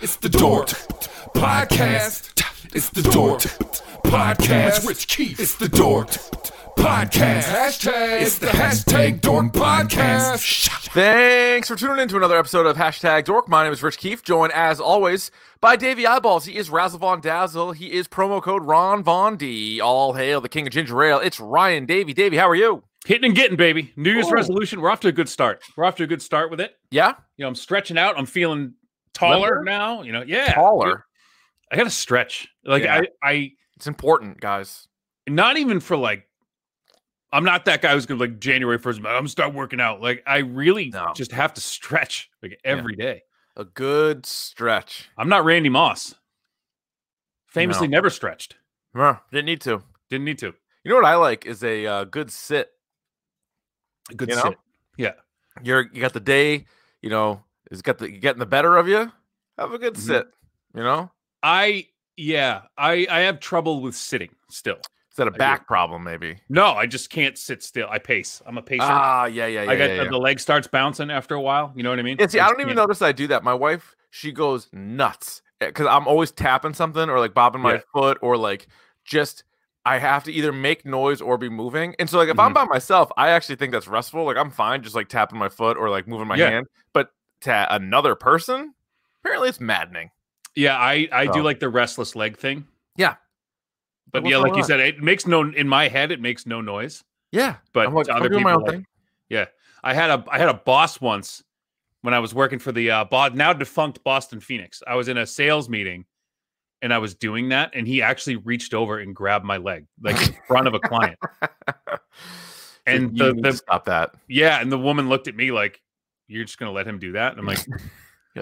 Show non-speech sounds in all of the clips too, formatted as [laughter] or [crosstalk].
It's the Dork Podcast. It's the Dork Podcast. Rich Keith. It's the Dork Podcast. Hashtag. It's the hashtag Dork Podcast. Thanks for tuning in to another episode of Hashtag Dork. My name is Rich Keefe, joined as always by Davey Eyeballs. He is Razzle Von Dazzle. He is promo code Ron Von D. All hail the king of ginger ale. It's Ryan Davey. Davey, how are you? Hitting and getting, baby. New Year's resolution. We're off to a good start. We're off to a good start with it. Yeah? You know, I'm stretching out. I'm feeling taller Limber? now. You know, yeah. Taller. I got to stretch. Like Yeah. I, I, It's important, guys. not even for like. I'm not that guy who's gonna like January first. I'm gonna start working out. Like I really No. just have to stretch like every day. A good stretch. I'm not Randy Moss. Famously No. never stretched. Huh, Didn't need to. Didn't need to. You know what I like is a uh, good sit. Good You know? sit. Yeah. You're you got the day, you know, is got the getting the better of you. Have a good Mhm. sit. You know, I yeah, I I have trouble with sitting still. is that a do. back problem? Maybe. No, I just can't sit still. I pace. I'm a pacer. Ah, yeah, yeah, yeah. I got yeah, yeah. the leg starts bouncing after a while. You know what I mean? Yeah, see, I just don't even can't- notice I do that. My wife, she goes nuts because I'm always tapping something or like bobbing my Yeah. foot or like just I have to either make noise or be moving. And so like if I'm by myself, I actually think that's restful. Like I'm fine just like tapping my foot or like moving my Yeah. hand. But to another person, apparently it's maddening. Yeah, I I Oh. do like the restless leg thing. Yeah. But What's yeah, like going you on? said, it makes no in my head it makes no noise. Yeah, But I'm like, to I'm other doing my people, own like- thing. I had a I had a boss once when I was working for the uh, Bo- now defunct Boston Phoenix. I was in a sales meeting and I was doing that, and he actually reached over and grabbed my leg like in front of a client. [laughs] And you the- need to the- stop that. Yeah, and the woman looked at me like, "You're just gonna let him do that?" And I'm like, You're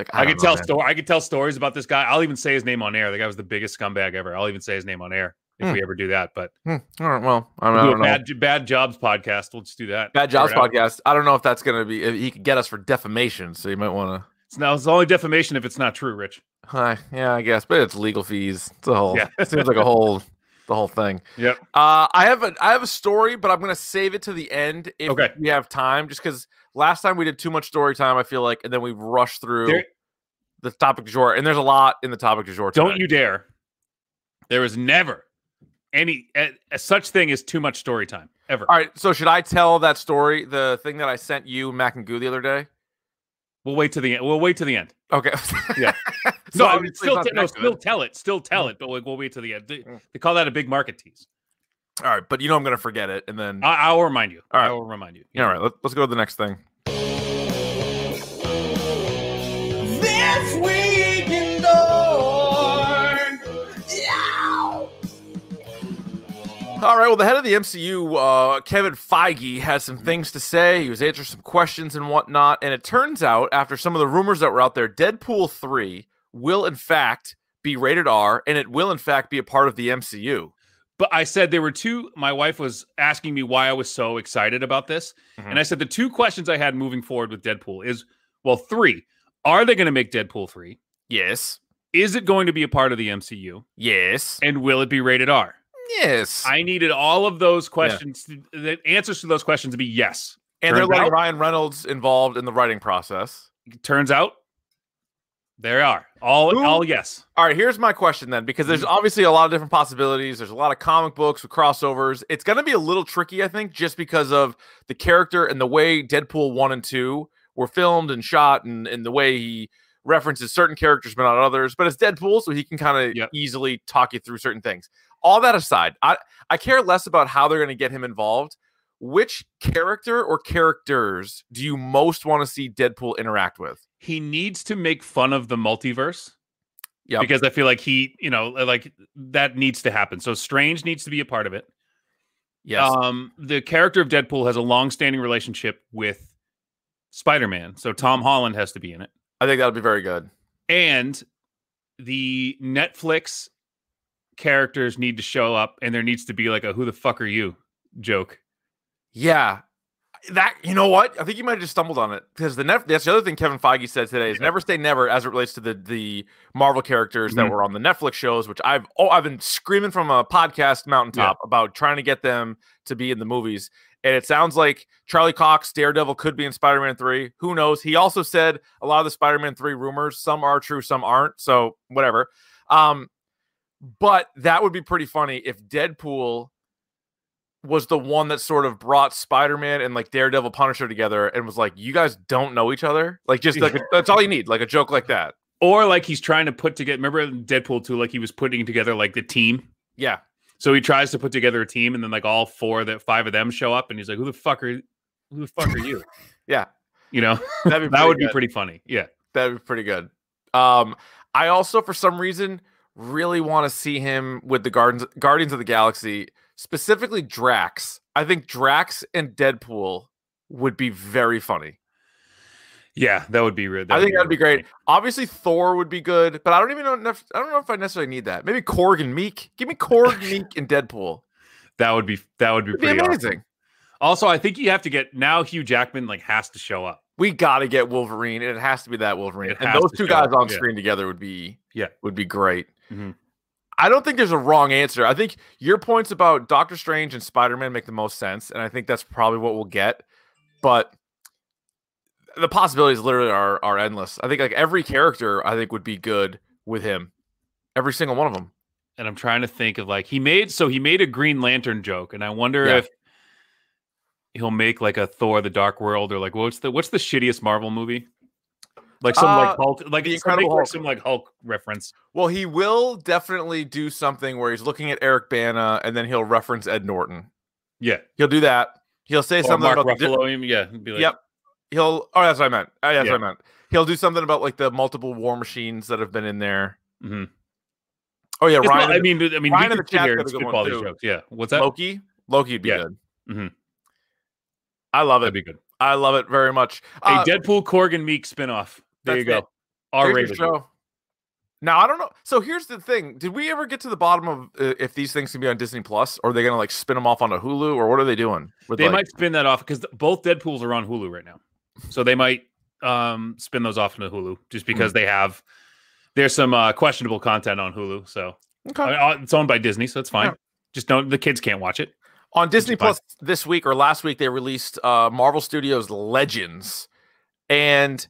like, "I, don't could know, tell man." story. I could tell stories about this guy. I'll even say his name on air. The guy was the biggest scumbag ever. I'll even say his name on air if Hmm. we ever do that. But Hmm, All right, well, I don't, I we'll do don't know. a bad bad jobs podcast. We'll just do that. Bad Jobs Figure it out. podcast. I don't know if that's gonna be. If he could get us for defamation, so you might want to. It's now it's only defamation if it's not true, Rich. Hi, yeah, I guess, but it's legal fees. It's a whole. Yeah. it seems like a [laughs] whole, the whole thing. Yep. Uh, I have a I have a story, but I'm gonna save it to the end if Okay. we have time. Just because last time we did too much story time, I feel like, and then we rushed through There- the topic du jour, and there's a lot in the topic du jour. Don't today. you dare. There is never any a, a such thing as too much story time ever. All right. So should I tell that story? The thing that I sent you, Mac and Goo, the other day. We'll wait to the end. We'll wait to [laughs] the end. Okay. Yeah. So no, I obviously mean, it's still, not te- that no, good. still tell it. Still Hmm. tell it. But like, we'll wait to the end. They, Mm. they call that a big market tease. All right, but you know I'm gonna forget it, and then I, I'll remind you. All right. I will remind you. Yeah, all right, let, let's go to the next thing. This week in Dork. Huh, All right. Well, the head of the MCU, uh, Kevin Feige, has some things to say. He was answering some questions and whatnot. And it turns out, after some of the rumors that were out there, Deadpool 3 will, in fact, be rated R and it will, in fact, be a part of the MCU. But I said there were two. My wife was asking me why I was so excited about this. Mm-hmm. And I said the two questions I had moving forward with Deadpool is well, three, are they going to make Deadpool 3? Yes. Is it going to be a part of the MCU? Yes. And will it be rated R? Yes. I needed all of those questions, the answers to those questions to be yes. and they're Turns letting out- Ryan Reynolds involved in the writing process. Turns out there are all, Who- all yes. All right, here's my question then, because there's Mm-hmm. obviously a lot of different possibilities. There's a lot of comic books with crossovers. It's going to be a little tricky, I think, just because of the character and the way Deadpool 1 and 2 were filmed and shot and, and the way he references certain characters but not others. But it's Deadpool, so he can kind of Yep. easily talk you through certain things. All that aside, I, I care less about how they're going to get him involved. Which character or characters do you most want to see Deadpool interact with? He needs to make fun of the multiverse. Yep. Because I feel like he, you know, like that needs to happen. So Strange needs to be a part of it. Yes. Um, the character of Deadpool has a long-standing relationship with Spider-Man, so Tom Holland has to be in it. I think that would be very good. And the Netflix characters need to show up, and there needs to be like a "Who the fuck are you?" joke. Yeah. That you know what? I think you might have just stumbled on it because the Netf- that's the other thing Kevin Feige said today is Yeah. never say never as it relates to the the Marvel characters that Mhm. were on the Netflix shows, which I've oh I've been screaming from a podcast mountaintop about trying to get them to be in the movies, and it sounds like Charlie Cox Daredevil could be in Spider Man three. Who knows? He also said a lot of the Spider Man three rumors, some are true, some aren't. So whatever. Um, but that would be pretty funny if Deadpool was the one that sort of brought Spider-Man and like Daredevil Punisher together and was like, you guys don't know each other. Like just like a- that's all you need, like a joke like that. Or like he's trying to put together. Remember in Deadpool two? Like he was putting together like the team. Yeah. So he tries to put together a team, and then like all four that five of them show up, and he's like, "Who the fuck are? Who the fuck are you?" [laughs] Yeah. You know That'd [laughs] that would good. be pretty funny. Yeah. That'd be pretty good. Um, I also, for some reason, really want to see him with the Guardians Guardians of the Galaxy, specifically Drax. I think Drax and Deadpool would be very funny. Yeah, that would be real. I think that'd be really great. Obviously, Thor would be good, but I don't even know. Enough, I don't know if I necessarily need that. Maybe Korg and Meek. Give me [laughs] Korg, Meek, and Deadpool. That would be that would be It'd be pretty awesome. amazing. Also, I think you have to get now. Hugh Jackman like has to show up. we got to get Wolverine, and it has to be that Wolverine. It And has those to two show guys up, on yeah. screen together would be Yeah. would be great. Mhm. I don't think there's a wrong answer. I think your points about Doctor Strange and Spider Man make the most sense, and I think that's probably what we'll get. But the possibilities literally are are endless. I think like every character I think would be good with him. Every single one of them. And I'm trying to think of like he made so he made a Green Lantern joke, and I wonder Yeah. if he'll make like a Thor: The Dark World or like what's the what's the shittiest Marvel movie? Like some like Uh, Hulk, like The it's gonna make, Incredible like, Hulk. some like Hulk reference. Well, he will definitely do something where he's looking at Eric Bana, and then he'll reference Ed Norton. Yeah, He'll do that. He'll say or something Mark about the di- Ruffalo. him, yeah, be like, Yep. he'll oh that's what i meant oh, yeah, that's Yeah. what i meant he'll do something about like the multiple war machines that have been in there mhm. oh yeah It's not- ryan I mean, I mean, Ryan we in the could sit chat's here got and a good spitball one, these too. jokes. Yeah, what's that? loki loki would be Yeah. good Mhm. i love That'd it be good. i love it very much Uh, a Deadpool, Corgan, Meek spinoff. There you that's it. go. R here's your rated. show now i don't know so here's the thing did we ever get to the bottom of uh, if these things can be on disney plus or are they gonna like spin them off onto hulu or what are they doing with they like- might spin that off because both Deadpool's are on Hulu right now, so they might um spin those off into Hulu just because Hmm. they have there's some uh, questionable content on Hulu. So Okay. I mean, uh, it's owned by Disney, so it's fine. Yeah. Just don't the kids can't watch it. On Disney fine. Plus this week or last week, they released uh, Marvel Studios Legends, and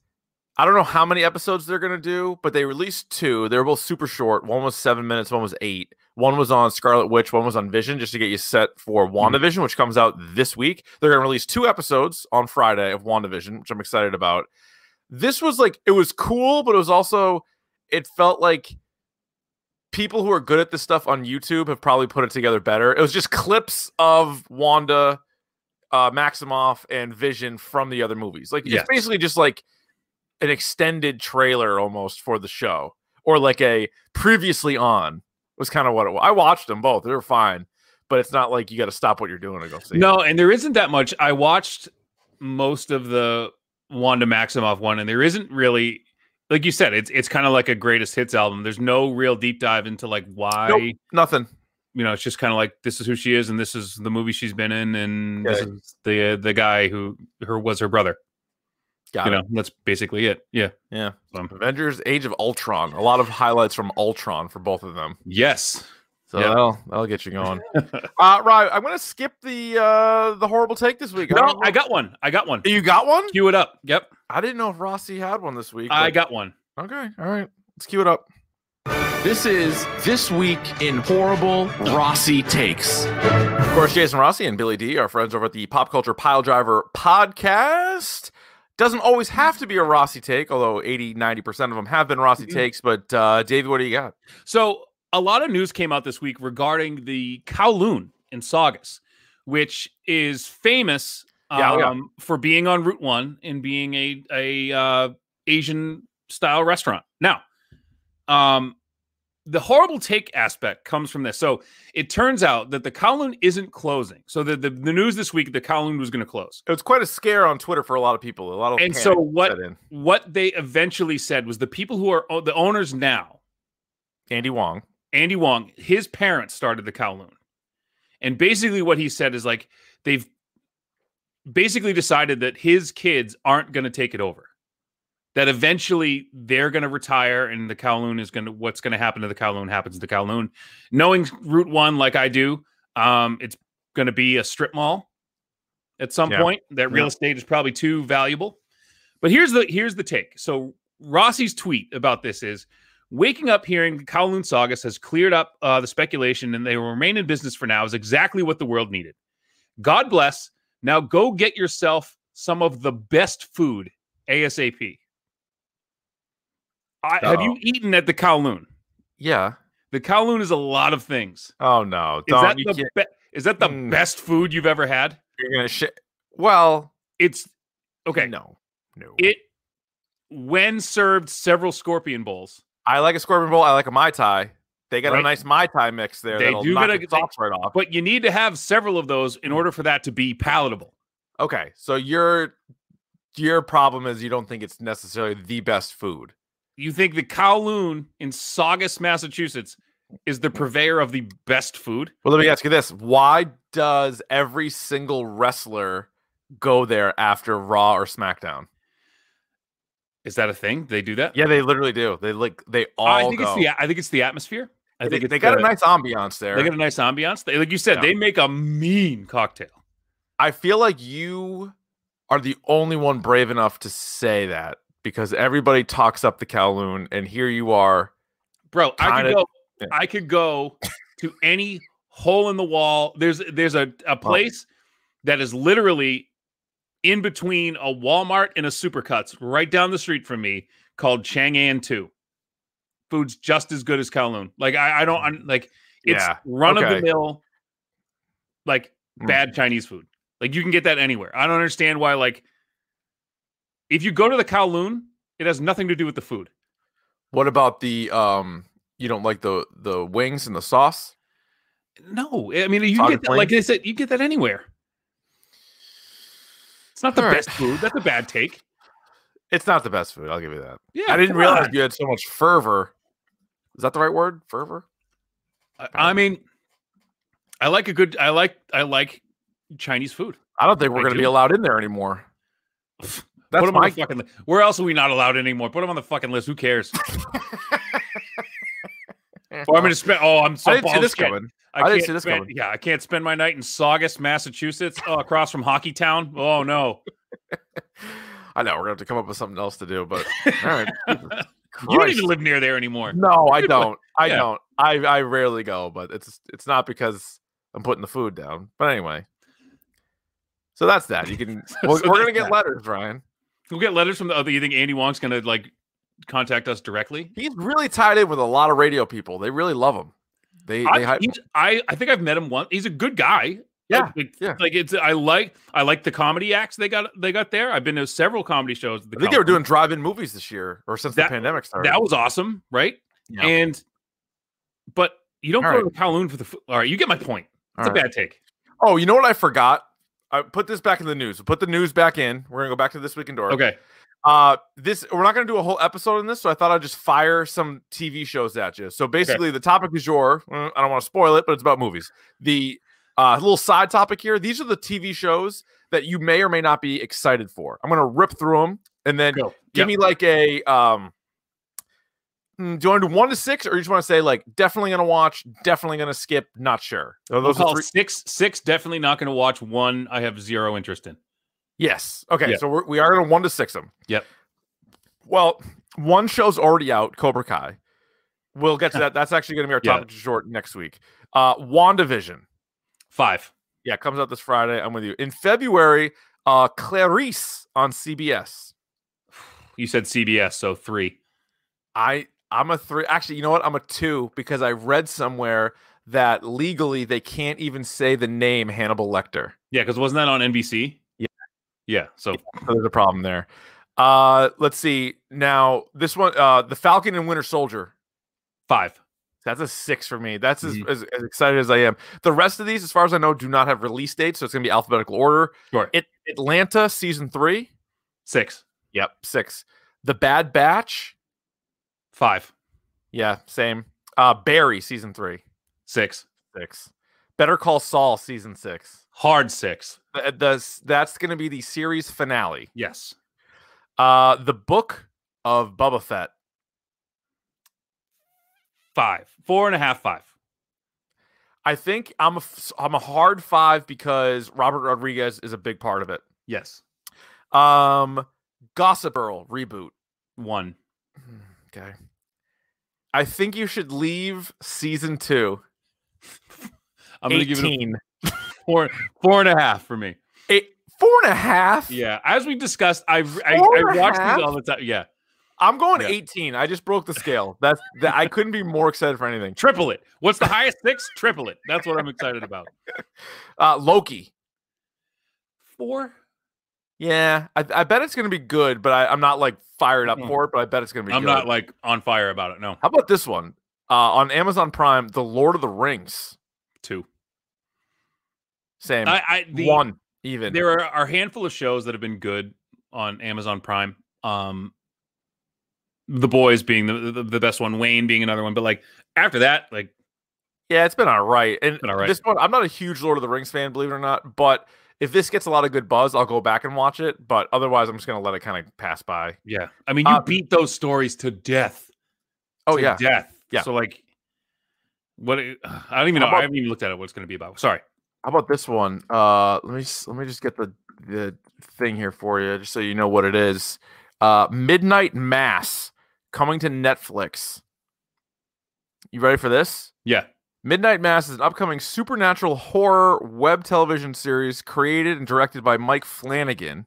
I don't know how many episodes they're gonna do, but they released two. They were both super short. One was seven minutes. One was eight. One was on Scarlet Witch. One was on Vision, just to get you set for WandaVision, which comes out this week. They're gonna release two episodes on Friday of WandaVision, which I'm excited about. This was like it was cool, but it was also it felt like people who are good at this stuff on YouTube have probably put it together better. It was just clips of Wanda, uh, Maximoff, and Vision from the other movies. Like Yes. it's basically just like an extended trailer almost for the show, or like a previously on was kind of what it was. I watched them both; they were fine, but it's not like you got to stop what you're doing and go see. it. No, and there isn't that much. I watched most of the Wanda Maximoff one, and there isn't really, like you said, it's it's kind of like a greatest hits album. There's no real deep dive into like why, Nope, nothing. you know, it's just kind of like this is who she is, and this is the movie she's been in, and this Okay. is the the guy who her was her brother. Got you it. know, that's basically it. Yeah. Yeah. Um, Avengers: Age of Ultron. A lot of highlights from Ultron for both of them. Yes. So Yeah. that'll, that'll get you [laughs] going. uh, right, I'm gonna skip the uh, the horrible take this week. No, don't I know- got one. I got one. you got one. Cue it up. Yep. I didn't know if Rossi had one this week. I but- got one. okay. All right, let's cue it up. This is This Week in Horrible Rossi Takes. Of course, Jason Rossi and Billy D, our friends over at the Pop Culture Pile Driver podcast. Doesn't always have to be a Rossi take, although 80, 90% of them have been Mm-hmm. Rossi takes. But uh, Davey, what do you got? So a lot of news came out this week regarding the Kowloon in Saugus, which is famous um, Yeah, oh yeah. for being on Route One and being a a uh, Asian style restaurant. Now, um, the horrible take aspect comes from this. So it turns out that the Kowloon isn't closing. So the the, the news this week the Kowloon was going to close. It was quite a scare on Twitter for a lot of people. A lot of And panic so what- set in. What they eventually said was the people who are o- the owners now Andy Wong. Andy Wong, his parents started the Kowloon. And basically what he said is like they've basically decided that his kids aren't going to take it over. That eventually they're going to retire and the Kowloon is going to what's going to happen to the Kowloon happens to the Kowloon. Knowing Route 1 like I do, um it's going to be a strip mall at some Yeah. point. That real Yeah. estate is probably too valuable. But here's the here's the take. So Rossi's tweet about this is Waking up hearing the Kowloon Saugus has cleared up uh, the speculation and they will remain in business for now is exactly what the world needed. God bless. Now go get yourself some of the best food ASAP. I, have you Uh-oh. eaten at the Kowloon? Yeah. The Kowloon is a lot of things. Oh no! Is Don't that you the can't- be- is that the Mm. best food you've ever had? you're gonna shit? Well, It's okay. No, no. It when served several scorpion bowls. I like a scorpion bowl. I like a mai tai. They got Right. a nice mai tai mix there. They that'll do knock gotta- the socks right off. But you need to have several of those in order for that to be palatable. Okay, so your your problem is you don't think it's necessarily the best food. You think the Kowloon in Saugus, Massachusetts, is the purveyor of the best food? Well, let me ask you this: Why does every single wrestler go there after Raw or SmackDown? Is that a thing? They do that? Yeah, they literally do. They like they all. I think go. it's the I think it's the atmosphere. I They- think they, it's got the- a nice ambiance there. they got a nice ambiance. They, like you said, Yeah. they make a mean cocktail. I feel like you are the only one brave enough to say that because everybody talks up the Kowloon, and here you are. Bro, I could Kinda- go yeah. I could go to any hole in the wall. There's there's a, a place that is literally in between a Walmart and a Supercuts right down the street from me called Chang'an 2. Food's just as good as Kowloon. Like I, I don't i like it's Mm. Yeah, run of okay. the mill like Mm. bad Chinese food. Like you can get that anywhere. I don't understand why like if you go to the Kowloon, it has nothing to do with the food. What about the um? You don't like the the wings and the sauce? No, I mean you Saga get that, like plain? I said, you get that anywhere. It's not the All right. best food. That's a bad take. It's not the best food. I'll give you that. Yeah, I didn't come realize on. you had so much fervor. Is that the right word? Fervor? I, I mean, I like a good. I like. I like Chinese food. I don't think we're I going to be do. allowed in there anymore. Pff, Put That's 'em on my the fucking. Li- Where else are we not allowed anymore? Put them on the fucking list. Who cares? or I'm gonna spend. Oh, I'm so I didn't see this bullshit. coming. I, I didn't can't see this spend, coming. Yeah, I can't spend my night in Saugus, Massachusetts, oh, across from Hockey Town. Oh no, I know we're going to have to come up with something else to do, [laughs] but all right. Jesus you don't Christ. even live near there [laughs] anymore. No, I Good don't. I Yeah. don't. I I rarely go, but it's it's not because I'm putting the food down. But anyway, so that's that. You [laughs] can. We're, So we're gonna that's get that. letters, Ryan. We'll get letters from the other. You think Andy Wong's gonna like contact us directly? He's really tied in with a lot of radio people. They really love him. They they I, hype. he's- I I think I've met him once. He's a good guy. Yeah, like, yeah. like it's I like I like the comedy acts they got they got there. I've been to several comedy shows. at the I think they were doing Coliseum. drive-in movies this year, or since That- the pandemic started. that was awesome, right? Yeah. And but you don't All go to Kowloon for the food. All right, you get my point. It's a bad take. Oh, you know what I forgot? I put this back in the news. Put the news back in. We're gonna go back to this week in Dork. Okay. Uh, this we're not gonna do a whole episode on this, so I thought I'd just fire some TV shows at you. So basically, the topic is your. uh, I don't want to spoil it, but it's about movies. The uh, little side topic here. These are the TV shows that you may or may not be excited for. I'm gonna rip through them and then Cool. give me like a um. mm, Do you want to do one to six, or you just want to say like definitely gonna watch, definitely gonna skip, not sure? Are We'll Those are call three. six six definitely not going to watch one. I have zero interest in. Yes. Okay. Yeah. So we're, we are going to one to six them. Yep. Well, one show's already out, Cobra Kai. We'll [laughs] get to that. That's actually going to be our Yeah. topic short next week. Uh, WandaVision. Five. Yeah, comes out this Friday. I'm with you. In February, uh, Clarice on CBS. You said CBS, so three. I I'm a three. Actually, you know what? I'm a two because I read somewhere that legally they can't even say the name Hannibal Lecter. Yeah, because wasn't that on NBC? Yeah. Yeah. So So there's a problem there. Uh, let's see. Now this one, uh, the Falcon and Winter Soldier five. That's a six for me. That's as, as, as excited as I am. The rest of these, as far as I know, do not have release dates, so it's gonna be alphabetical order. Sure. It, Atlanta season three. Six. Yep, six. The Bad Batch. Five. Yeah, same. Uh, Barry season three, Six. six. Better Call Saul season six. Hard six. The, uh, the s- that's gonna be the series finale. Yes. Uh, the Book of Bubba Fett. Five. Four and a half. Five. I think I'm a f- I'm a hard five because Robert Rodriguez is a big part of it. Yes. Um, Gossip Girl reboot. One. Okay. I think you should leave season two. I'm gonna give it 18. a four four and a half for me. Eight- four and a half. Yeah. As we discussed, I I, I Four and a watch half? these all the time. Yeah. I'm going Yeah. 18. I just broke the scale. That's that. I couldn't be more excited for anything. Triple it. What's the highest six? Triple it. That's what I'm excited about. Uh, Loki. Four. Yeah, I, I bet it's going to be good, but I, I'm not like fired up for it. But I bet it's going to be. Hmm. I'm good. not like on fire about it. No. How about this one uh, on Amazon Prime? The Lord of the Rings. Two. Same I, I the, one even. There are, are a handful of shows that have been good on Amazon Prime. Um, the boys being the, the the best one, Wayne being another one, but like after that, like Yeah, it's been all right. And been all right. this one, I'm not a huge Lord of the Rings fan, believe it or not. But if this gets a lot of good buzz, I'll go back and watch it. But otherwise, I'm just gonna let it kind of pass by. yeah, I mean, you Uh, beat those stories to death. Oh to yeah, death. Yeah. So like, what? it- [sighs] I don't even know. How about- I haven't even looked at it. What it's going to be about? Sorry. how about this one? Uh, let me s- let me just get the the thing here for you, just so you know what it is. Uh, Midnight Mass coming to Netflix. You ready for this? Yeah. Midnight Mass is an upcoming supernatural horror web television series created and directed by Mike Flanagan.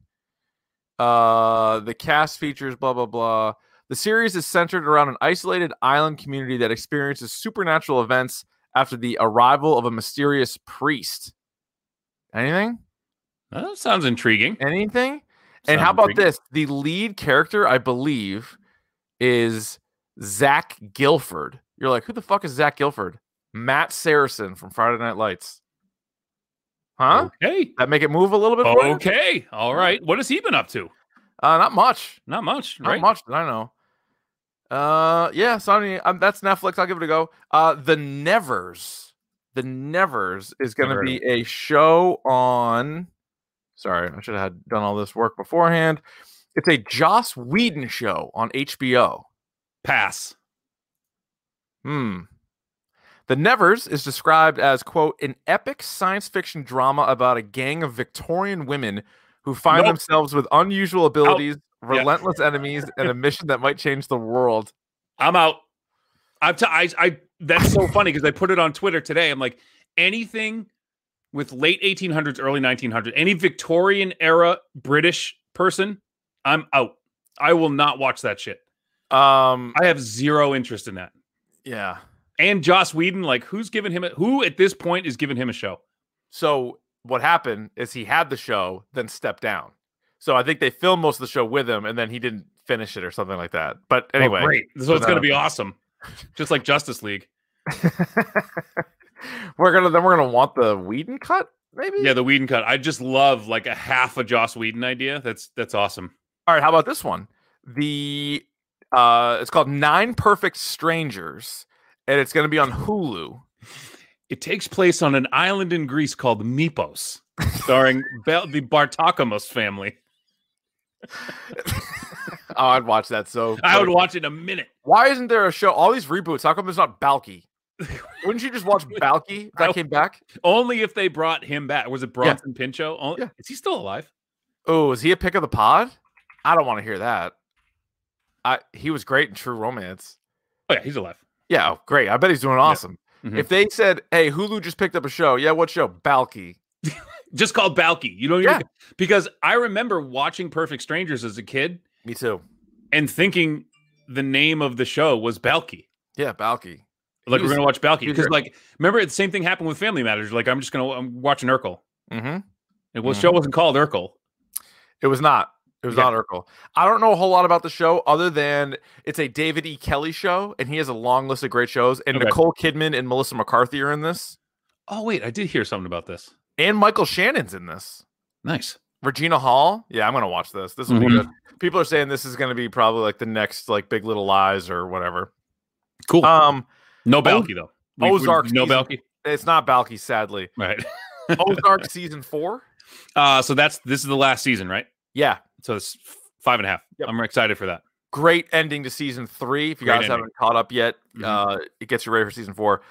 Uh, the cast features blah blah blah. The series is centered around an isolated island community that experiences supernatural events after the arrival of a mysterious priest. Anything? That sounds intriguing. Anything? and how Sounds about intriguing. this? The lead character, I believe, is Zach Gilford. You're like, who the fuck is Zach Gilford? Matt Saracen from Friday Night Lights. Huh? Okay. That make it move a little bit. for you? Okay. All right. What has he been up to? Uh, not much. Not much, Not right? much that I know. Uh, yeah. So I mean, um, that's Netflix. I'll give it a go. Uh, The Nevers. The Nevers is going Never to heard of be a show on. Sorry, I should have had done all this work beforehand. It's a Joss Whedon show on HBO. Pass. Hmm. The Nevers is described as, quote, an epic science fiction drama about a gang of Victorian women who find Nope. themselves with unusual abilities, Yeah. relentless enemies, and a mission that might change the world. I'm out. I'm t- I, I that's so funny because I put it on Twitter today. I'm like anything with late 1800s, early 1900s, any Victorian era British person, I'm out. I will not watch that shit. Um, I have zero interest in that. yeah. And Joss Whedon, like who's given him a, who at this point is giving him a show? So what happened is he had the show, then stepped down. So I think they filmed most of the show with him, and then he didn't finish it or something like that. But Oh, anyway, great. So it's that going to be happens. awesome. Just like Justice League. We're gonna then we're gonna want the Whedon cut, maybe. Yeah, the Whedon cut. I just love like a half a Joss Whedon idea. That's that's awesome. All right, how about this one? The uh it's called Nine Perfect Strangers, and it's gonna be on Hulu. It takes place on an island in Greece called Mipos, starring Bel- the Bartakamos family. Oh, I'd watch that so I would quick. watch it in a minute. Why isn't there a show? All these reboots, how come there's not Balky? Wouldn't you just [laughs] watch Balky if I- that came back? Only if they brought him back. Was it Bronson Pinchot? Oh, Yeah. Is he still alive? Oh, is he a pick of the pod? I don't want to hear that. I he was great in True Romance. Oh yeah, he's alive. Yeah, oh, great. I bet he's doing awesome. Mhm. If they said, "Hey, Hulu just picked up a show," yeah, what show? Balky. Just called Balky. You know, Yeah. because I remember watching Perfect Strangers as a kid Me too. and thinking the name of the show was Balky. Yeah, Balky. Like we're was- gonna watch Balky he was because, great. like, remember the same thing happened with Family Matters. Like, I'm just gonna I'm watching Urkel. Mm-hmm. It was show wasn't called Urkel. It was not. It was Yeah. not Urkel. I don't know a whole lot about the show other than it's a David E. Kelly show, and he has a long list of great shows. And Okay. Nicole Kidman and Melissa McCarthy are in this, Oh wait, I did hear something about this. and Michael Shannon's in this. Nice. Regina Hall. Yeah, I'm gonna watch this. This will be Mhm. good. People are saying this is gonna be probably like the next like Big Little Lies or whatever. Cool. Um, no Balky though. Ozark No season- Balky. it's not Balky, sadly. Right. [laughs] [laughs] Ozark season four. Uh, so that's this is the last season, right? Yeah, So it's f- five and a half. Yep. I'm excited for that. great ending to season three. If you Great guys ending. haven't caught up yet, Mhm. uh, it gets you ready for season four.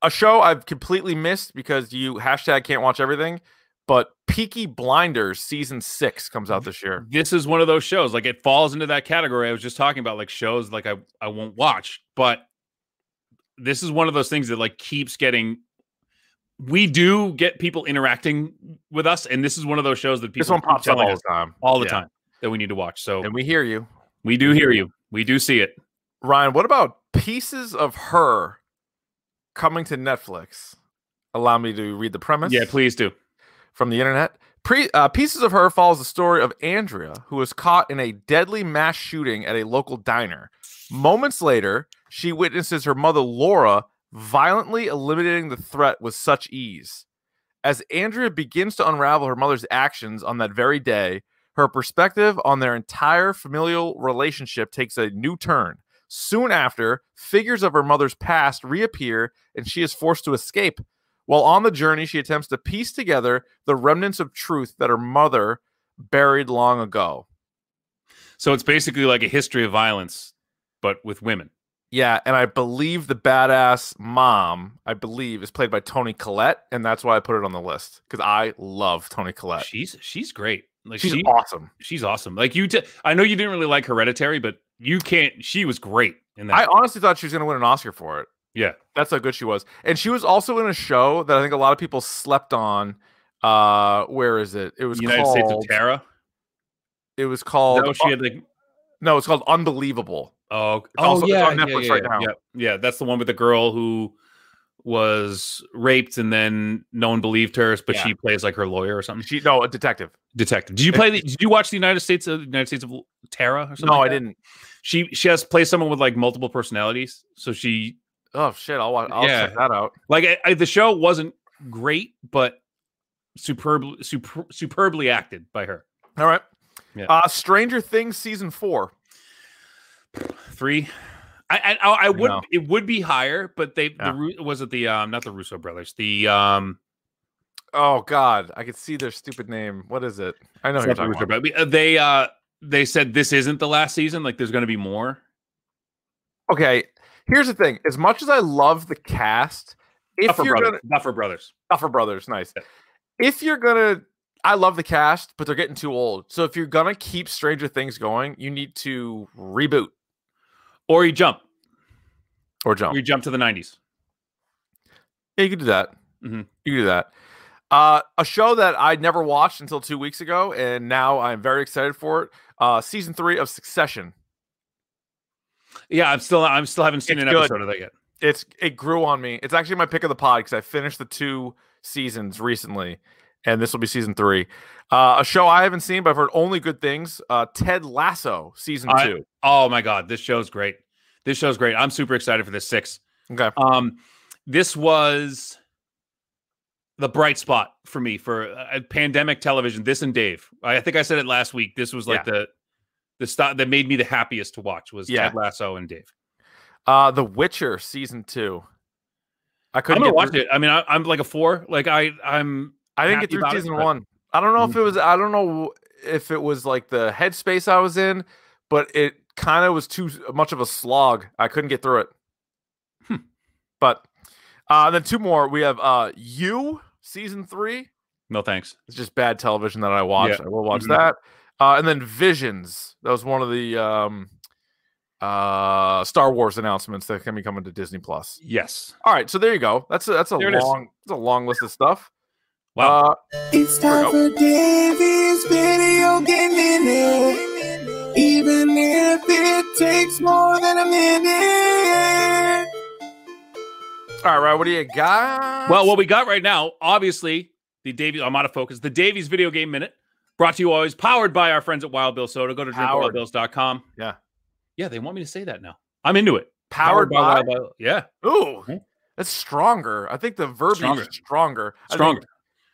A show I've completely missed because you hashtag can't watch everything, but Peaky Blinders season six comes out this year. This is one of those shows. Like it falls into that category I was just talking about, like shows like I, I won't watch. But this is one of those things that like keeps getting we do get people interacting with us, and this is one of those shows that people This one keep pops up all telling the us time. all the Yeah. time that we need to watch. So and we hear you, we do hear you. We do see it. Ryan. What about pieces of her coming to Netflix? Allow me to read the premise. Yeah, please do. from the internet. Pre, uh, Pieces of Her follows the story of Andrea, who was caught in a deadly mass shooting at a local diner. Moments later, she witnesses her mother, Laura, violently eliminating the threat with such ease. As Andrea begins to unravel her mother's actions on that very day, her perspective on their entire familial relationship takes a new turn. Soon after, figures of her mother's past reappear and she is forced to escape. While on the journey, she attempts to piece together the remnants of truth that her mother buried long ago. So it's basically like a history of violence, but with women. Yeah, and I believe the badass mom, I believe, is played by Tony Collette, and that's why I put it on the list because I love Tony Collette. She's she's great. Like She's she, awesome. she's awesome. Like you, t- I know you didn't really like Hereditary, but you can't. She was great in that. I honestly thought she was going to win an Oscar for it. yeah, That's how good she was. And she was also in a show that I think a lot of people slept on. Uh, where is it? It was United called. States of Terra. It was Oh, called. she had like no, it's called Unbelievable. oh oh also- it's yeah, on yeah, Netflix yeah, right yeah, now. yeah yeah that's the one with the girl who was raped and then no one believed her, but Yeah. she plays like her lawyer or something. She no, a detective. Detective. Did [laughs] you play? The, did you watch the United States of United States of Terra? Or something No, like I that? didn't. She she has to play someone with like multiple personalities, so she Oh shit! I'll watch. I'll check Yeah. that out. like I, I, the show wasn't great, but superbly super, superbly acted by her. All right. Yeah. Uh Stranger Things season four. Three, I I, I would know. it would be higher, but they Yeah. the Ru- was it the um not the Russo brothers the um Oh god, I could see their stupid name. What is it? I know it's who you're not the talking Russo about. brothers uh, they uh they said this isn't the last season like there's going to be more. Okay. Here's the thing. As much as I love the cast, if Duffer you're brothers, gonna Duffer brothers. Duffer Brothers, nice. Yeah. If you're gonna I love the cast, but they're getting too old. So if you're gonna keep Stranger Things going, you need to reboot Or you jump, or jump. or you jump to the '90s. Yeah, you could do that. Mhm. You could do that. Uh, a show that I never watched until two weeks ago, and now I'm very excited for it. Uh, season three of Succession. Yeah, I'm still I'm still haven't seen It's an good. episode of that yet. It's it grew on me. It's actually my pick of the pod because I finished the two seasons recently, and this will be season three. Uh, a show I haven't seen, but I've heard only good things. Uh, Ted Lasso season I- two. Oh my god, this show's great. Um, This show's great. I'm super excited for this six. Okay, Um, this was the bright spot for me for uh, pandemic television. This and Dave. I, I think I said it last week. This was like the the stuff that made me the happiest to watch was Yeah. Ted Lasso and Dave. Uh, The Witcher season two. I I'm couldn't gonna get watch through- it. I mean, I, I'm like a four. Like I, I'm. I didn't happy get through about it, season but- one. I don't Mm. know if it was. I don't know if it was like the headspace I was in, but it kind of was too s- much of a slog. I couldn't get through it. Hmm. But uh, then two more. We have uh, you season three. No thanks. It's just bad television that I watched. I will watch Mhm. that. Uh, and then Visions. That was one of the um, uh, Star Wars announcements that can be coming to Disney Plus. Yes. All right, so there you go. That's a, that's a There it is. long that's a long list of stuff. Wow. Uh, It's time for Davy's video game minute. Even if it takes more than a minute. all right, Ryan, what do you got? Well, what we got right now, obviously, the Davies. I'm out of focus. The Davies Video Game Minute, brought to you always, powered by our friends at Wild Bill Soda. Go to Powered. drinkwildbills.com. Yeah. yeah. They want me to say that now. I'm into it. powered, by, Wild Bill. Yeah, Ooh, Mhm. that's stronger. I think the verb Stronger. stronger. stronger. I think stronger.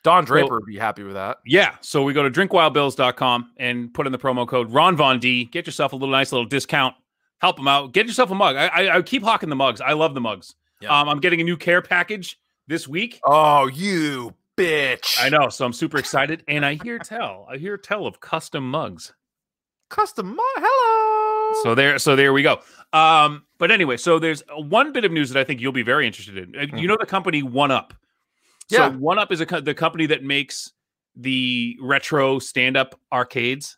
Don Draper Well- would be happy with that. Yeah. So we go to drinkwildbills.com and put in the promo code Ron Von D. Get yourself a little nice little discount. Help them out. Get yourself a mug. I, I, I keep hawking the mugs. I love the mugs. Yeah. Um, I'm getting a new care package this week. Oh, you bitch! I know. So I'm super excited. And I hear tell, I hear tell of custom mugs. Custom. mo- Hello. So there, so there we go. Um, but anyway, so there's one bit of news that I think you'll be very interested in. Uh, You know the company One Up. Mm. Yeah. So One Up is a co- the company that makes the retro stand up arcades.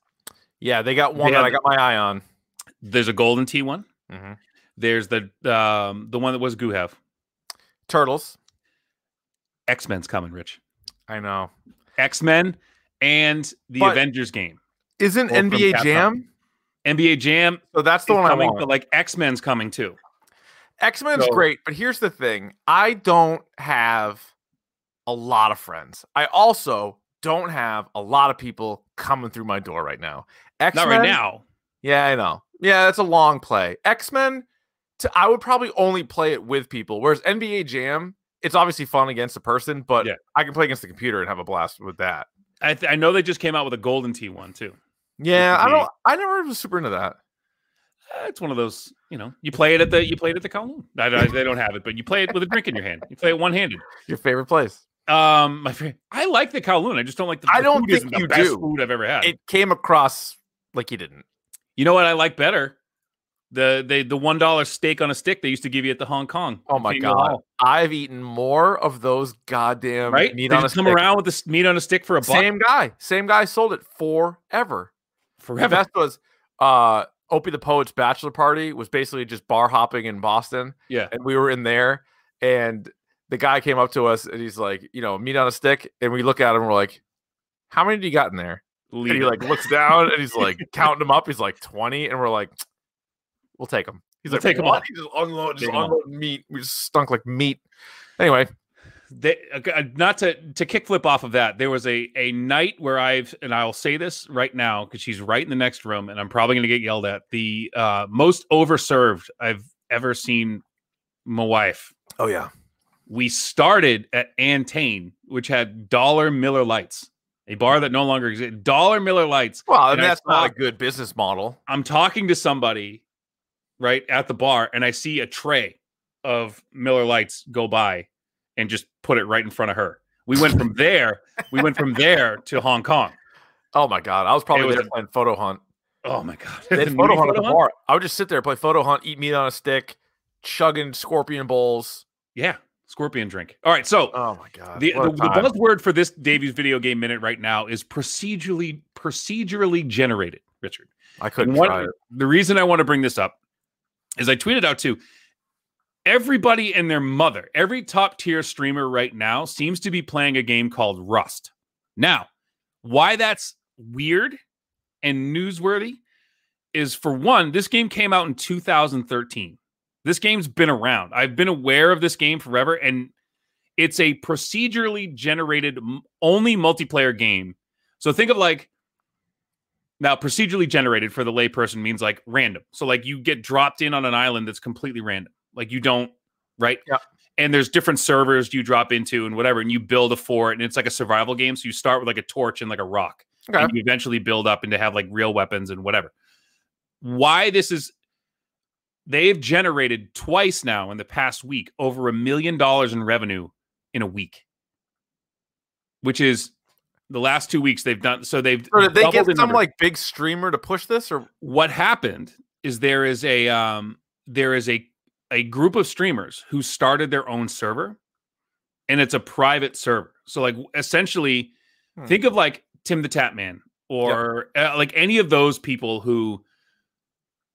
yeah, they got one They that have- I got my eye on. There's a Golden T one. Mhm. There's the um, the one that was Guhev. Turtles. X Men's coming, Rich. I know. X Men and the But- Avengers game. Isn't Or from NBA Capcom. Jam? NBA Jam So that's is the one I coming, want. but like X Men's coming too. X Men's So- great, but here's the thing: I don't have a lot of friends. I also don't have a lot of people coming through my door right now. X Not right now. Yeah, I know. Yeah, it's a long play. X Men. I would probably only play it with people. Whereas NBA Jam, it's obviously fun against a person, but Yeah. I can play against the computer and have a blast with that. I, th- I know they just came out with a Golden T one too. Yeah, I me. don't. I never was super into that. Uh, it's one of those, you know, you play it at the you play it at the Kowloon. I, I, they don't have it, but you play it with a drink in your hand. You play it one handed. Your favorite place? Um, my friend, I like the Kowloon. I just don't like the. I the don't food think isn't the you best do. food I've ever had. It came across like you didn't. you know what I like better? The the the one dollar steak on a stick they used to give you at the Hong Kong. Oh at my Faneuil god, Hall, I've eaten more of those goddamn Right? meat they on a just come stick. around with this meat on a stick for a buck Same guy, same guy sold it forever. The forever. best was uh, Opie the Poet's bachelor party was basically just bar hopping in Boston, Yeah. and we were in there, and the guy came up to us and he's like, you know, meat on a stick, and we look at him, we're like, how many do you got in there? Leave And he it. like looks down and he's [laughs] like counting them up. He's like twenty, and we're like, we'll take them. He's We'll like, take 'em "What?" all. He just unload, just Take 'em all. unload meat. We just stunk like meat. Anyway, they, uh, not to to kickflip off of that. There was a a night where I've and I'll say this right now because she's right in the next room, and I'm probably going to get yelled at. The uh, most overserved I've ever seen my wife. oh yeah, We started at Antane, which had Dollar Miller Lights, a bar that no longer exists. Dollar Miller Lights. Well, And and I that's not a thought- good business model. I'm talking to somebody right at the bar, and I see a tray of Miller Lights go by and just put it right in front of her. We went from there. We went from there to Hong Kong. Oh my god, I was probably was there a- playing photo hunt. [laughs] Oh my god! They [laughs] The had mini photo hunt at the hunt? bar. I would just sit there, play photo hunt, eat meat on a stick, chugging scorpion bowls. Yeah, scorpion drink. All right, so Oh my god, the, what the, a the time. buzzword for this Davies video game minute right now is procedurally procedurally generated. Richard, I couldn't One- try it. the reason I want to bring this up is I tweeted out to everybody and their mother, every top tier streamer right now seems to be playing a game called Rust. Now, why that's weird and newsworthy is for one, this game came out in 2013. This game's been around. I've been aware of this game forever, and it's a procedurally generated m- only multiplayer game. So think of like now, procedurally generated for the layperson means like random. So like you get dropped in on an island that's completely random. Like you don't, right? Yeah. and there's different servers you drop into and whatever, and you build a fort, and it's like a survival game. So you start with like a torch and like a rock, Okay. and you eventually build up and to have like real weapons and whatever. Why this is? They've generated twice now in the past week over a million dollars in revenue in a week, which is the last two weeks they've done. So they've Or did they doubled get in some revenue like big streamer to push this or what happened is there is a um there is a a group of streamers who started their own server and it's a private server so like essentially Hmm. think of like tim the tap man or uh, like any of those people who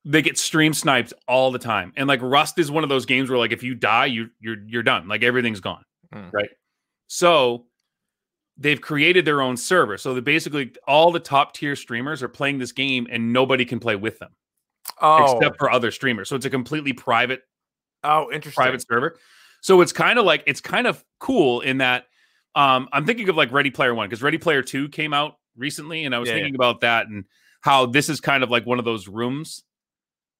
they get stream sniped all the time and like rust is one of those games where like if you die you you're you're done like everything's gone Hmm. right so they've created their own server. So they basically all the top tier streamers are playing this game and nobody can play with them oh except for other streamers. So it's a completely private oh interesting private server. So it's kind of like it's kind of cool in that um I'm thinking of like Ready Player 1 cuz Ready Player 2 came out recently and I was Yeah, yeah. thinking about that and how this is kind of like one of those rooms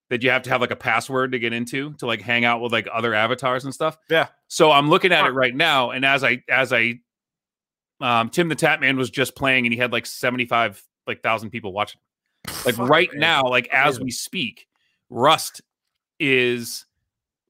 that you have to have like a password to get into to like hang out with like other avatars and stuff. Yeah. So I'm looking at Huh. it right now and as I as I um Tim the Tapman was just playing and he had like 75 like thousand people watching like Fuck, right man. now like as Amazing. we speak rust is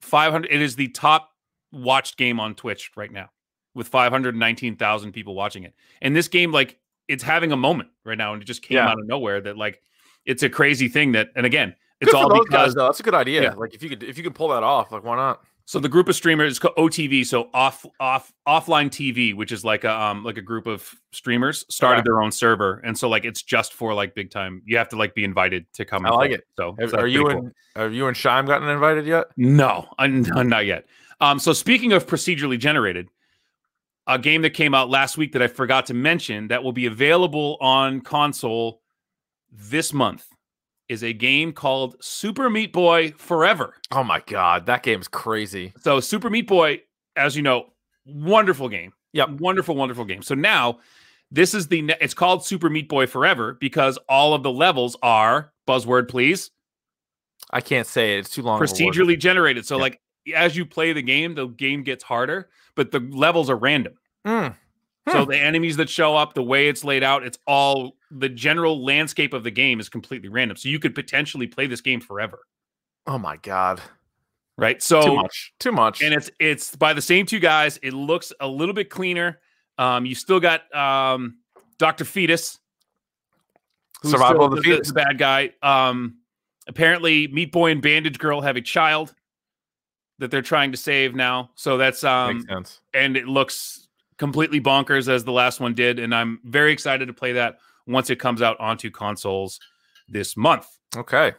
500 it is the top watched game on twitch right now with 519000 people watching it and this game like it's having a moment right now and it just came Yeah. out of nowhere that like it's a crazy thing that and again Good it's for all those because guys, though. that's a good idea Yeah. like if you could if you could pull that off like why not so the group of streamers is called OTV, so off off offline TV, which is like a um like a group of streamers started Okay. their own server, and so like it's just for like big time. You have to like be invited to come. I and like play. it. So Have- so that's are you pretty cool. and have you and Shime gotten invited yet No, uh, no, not yet. Um, so speaking of procedurally generated, a game that came out last week that I forgot to mention that will be available on console this month is a game called Super Meat Boy Forever. oh my god that game's crazy So Super Meat Boy, as you know, wonderful game. Yep. wonderful, wonderful game. So now this is the ne- it's called Super Meat Boy Forever because all of the levels are buzzword please I can't say it it's too long of a word. procedurally generated. So Yeah. like as you play the game, the game gets harder, but the levels are random. Mm. So the enemies that show up, the way it's laid out, it's all the general landscape of the game is completely random. So you could potentially play this game forever, oh my god right? So too much too much and it's it's by the same two guys. It looks a little bit cleaner. Um, you still got um, Doctor Fetus, who's Survival of still the fittest. bad guy. Um, apparently, Meat Boy and Bandage Girl have a child that they're trying to save now. So that's um, Makes sense. and it looks completely bonkers as the last one did. And I'm very excited to play that once it comes out onto consoles this month. Okay.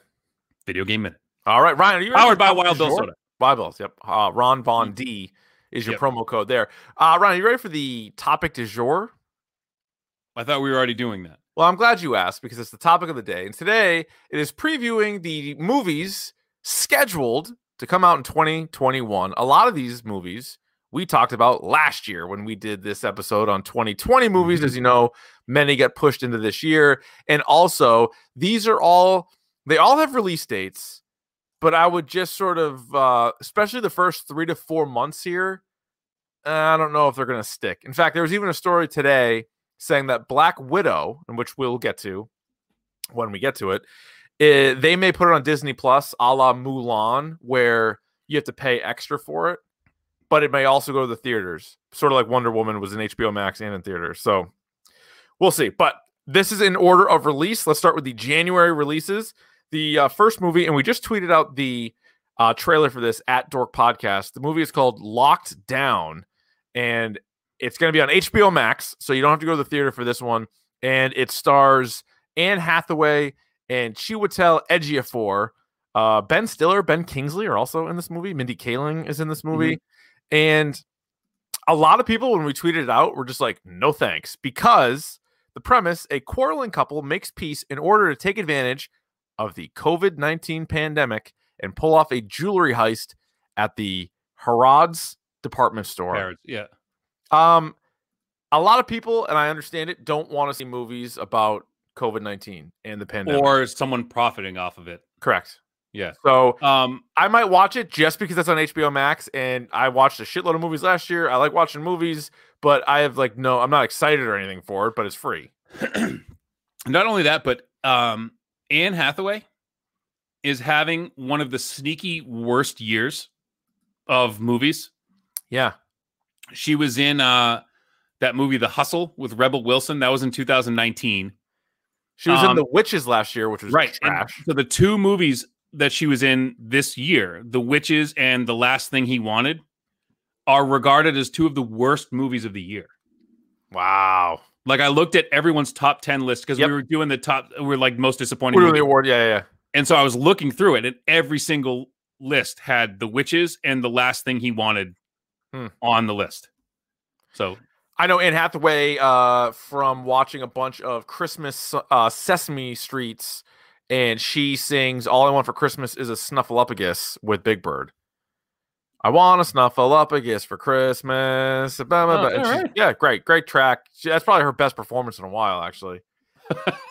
Video game minute All right, Ryan. Are you ready powered for by Top Wild du Bill jour? Soda. Wild Bills. Yep. Uh, Ron Von D is your Yep. promo code there. Uh, Ryan, are you ready for the topic du jour? I thought we were already doing that. Well, I'm glad you asked because it's the topic of the day. And today it is previewing the movies scheduled to come out in 2021. A lot of these movies we talked about last year when we did this episode on 2020 movies. As you know, many got pushed into this year. And also, these are all, they all have release dates, but I would just sort of, uh, especially the first three to four months here, uh, I don't know if they're going to stick. In fact, there was even a story today saying that Black Widow, and which we'll get to when we get to it, eh, they may put it on Disney Plus, a la Mulan, where you have to pay extra for it, but it may also go to the theaters, sort of like Wonder Woman was in HBO Max and in theaters. So we'll see. But this is in order of release. Let's start with the January releases. The uh, first movie, and we just tweeted out the uh, trailer for this at Dork Podcast. The movie is called Locked Down, and it's going to be on HBO Max, so you don't have to go to the theater for this one. And it stars Anne Hathaway and Chiwetel Ejiofor. Uh, ben Stiller, Ben Kingsley are also in this movie. Mindy Kaling is in this movie, and a lot of people when we tweeted it out were just like, "No thanks," because the premise: a quarreling couple makes peace in order to take advantage of the COVID nineteen pandemic and pull off a jewelry heist at the Harrods department store. Parents, Yeah. Um, a lot of people, and I understand it, don't want to see movies about COVID nineteen and the pandemic. Or someone profiting off of it. Correct. Yes. So Um, I might watch it just because that's on HBO Max, and I watched a shitload of movies last year. I like watching movies, but I have like no, I'm not excited or anything for it, but it's free. not only that, but um, Anne Hathaway is having one of the sneaky worst years of movies. Yeah, She was in uh, that movie, The Hustle, with Rebel Wilson. That was in 2019. she was in Um, The Witches last year, which was right. and trash. So the two movies that she was in this year, The Witches and The Last Thing He Wanted, are regarded as two of the worst movies of the year. Wow, Like I looked at everyone's top 10 list because Yep. we were doing the top, we were like most disappointing. what are movie. the award? Yeah, yeah, yeah. And so I was looking through it, and every single list had the witches and the last thing he wanted Hmm. on the list. So I know Anne Hathaway uh, from watching a bunch of Christmas uh, Sesame Streets, and she sings "All I Want for Christmas Is a Snuffleupagus" with Big Bird. I want a Snuffleupagus for Christmas. Blah, blah, Oh, blah. And she's- alright. Yeah, great, great track. She- that's probably her best performance in a while, actually.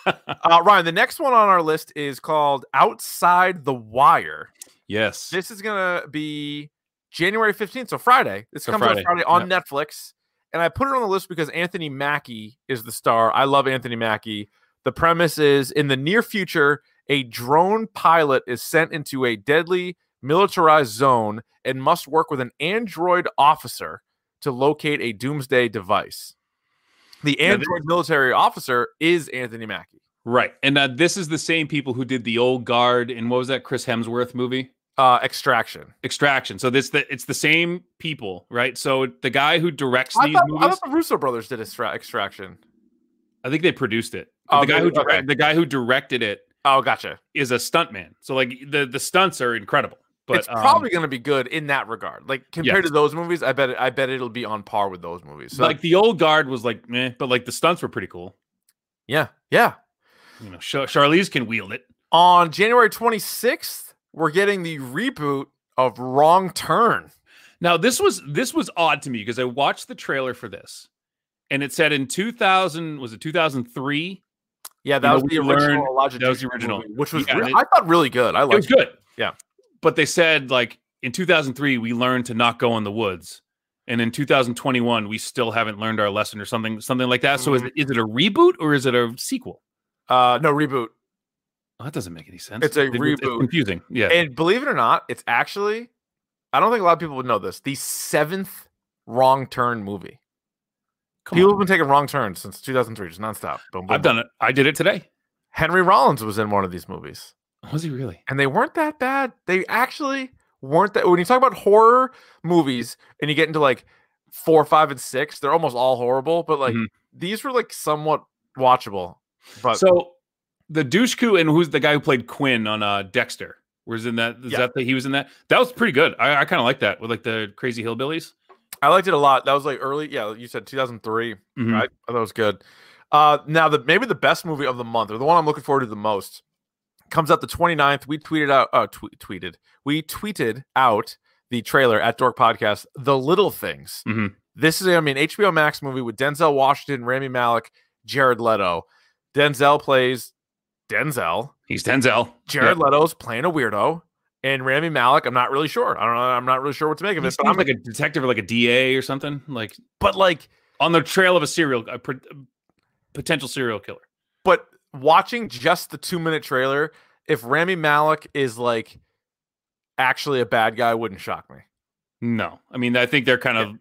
uh, Ryan, the next one on our list is called "Outside the Wire." yes, This is gonna be January fifteenth, so Friday. This So comes Friday, out Friday on Netflix, and I put it on the list because Anthony Mackie is the star. I love Anthony Mackie. The premise is in the near future, a drone pilot is sent into a deadly militarized zone and must work with an android officer to locate a doomsday device. The Now, this- android military officer is Anthony Mackie. right. And uh, this is the same people who did the old guard and what was that Chris Hemsworth movie? Uh, extraction. Extraction. So this the, it's the same people, right? So the guy who directs I these thought, I movies, thought the Russo brothers did extra- extraction. I think they produced it. Oh, the guy who okay. direct, the guy who directed it Oh, gotcha. is a stuntman. So like the the stunts are incredible. But it's um, probably going to be good in that regard. Like compared to those movies, I bet it, I bet it'll be on par with those movies. So like the old guard was like, meh, but like the stunts were pretty cool. yeah, yeah. You know, Char- Charlize can wield it. On January 26th, we're getting the reboot of Wrong Turn. Now this was this was odd to me because I watched the trailer for this, and it said in 2000 was it 2003? Yeah, that know, was we the original. learned- Elijah that was the Dishman original. movie, which was Yeah, re- it- I thought really good. I It was liked it. good. Yeah. but they said like in 2003 we learned to not go in the woods, and in 2021 we still haven't learned our lesson or something something like that. So is Mhm. it, is it a reboot or is it a sequel? Uh, no reboot. Well, that doesn't make any sense. It's a It- reboot. confusing. Yeah. And believe it or not, it's actually I don't think a lot of people would know this. The seventh Wrong Turn movie. Come people on. have been taking Wrong Turns since 2003, just nonstop. Boom, boom, I've done it. I did it today. Henry Rollins was in one of these movies. Was he really? and they weren't that bad. They actually weren't that. When you talk about horror movies and you get into like four, five, and six, they're almost all horrible. But like Mhm. these were like somewhat watchable. But so the Dushku and who's the guy who played Quinn on uh Dexter was in that is Yeah. that the, he was in that that was pretty good I, I kind of like that with like the crazy hillbillies I liked it a lot. That was like early. Yeah, you said 2003. Mhm. I, I thought it was good. Uh, now the maybe the best movie of the month or the one I'm looking forward to the most comes out the 29th. We tweeted out uh, tweet tweeted. We tweeted out the trailer at Dork Podcast, The Little Things. Mhm. This is I mean HBO Max movie with Denzel Washington, Rami Malek, Jared Leto. Denzel plays Denzel. he's Denzel Jared Yeah. Leto's playing a weirdo. And Rami Malek, I'm not really sure. I don't know. I'm not really sure what to make of He it. But I'm seems like a detective or like a DA or something like but like on the trail of a serial a pr- potential serial killer but watching just the two minute trailer, if Rami Malik is like actually a bad guy, wouldn't shock me. no I mean I think they're kind of But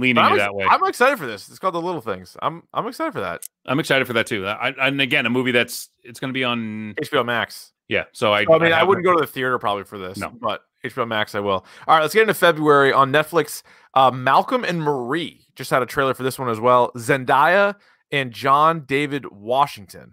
leaning I'm, it ex- that way I'm, I'm excited for this. It's called The Little Things. I'm I'm excited for that. excited for that too I, I- and again a movie that's it's going to be on HBO Max. yeah so I I mean, I, have- wouldn't go to the theater probably for this, No. but HBO Max I will. All right, let's get into February on Netflix. Uh, Malcolm and Marie just had a trailer for this one as well. Zendaya and John David Washington.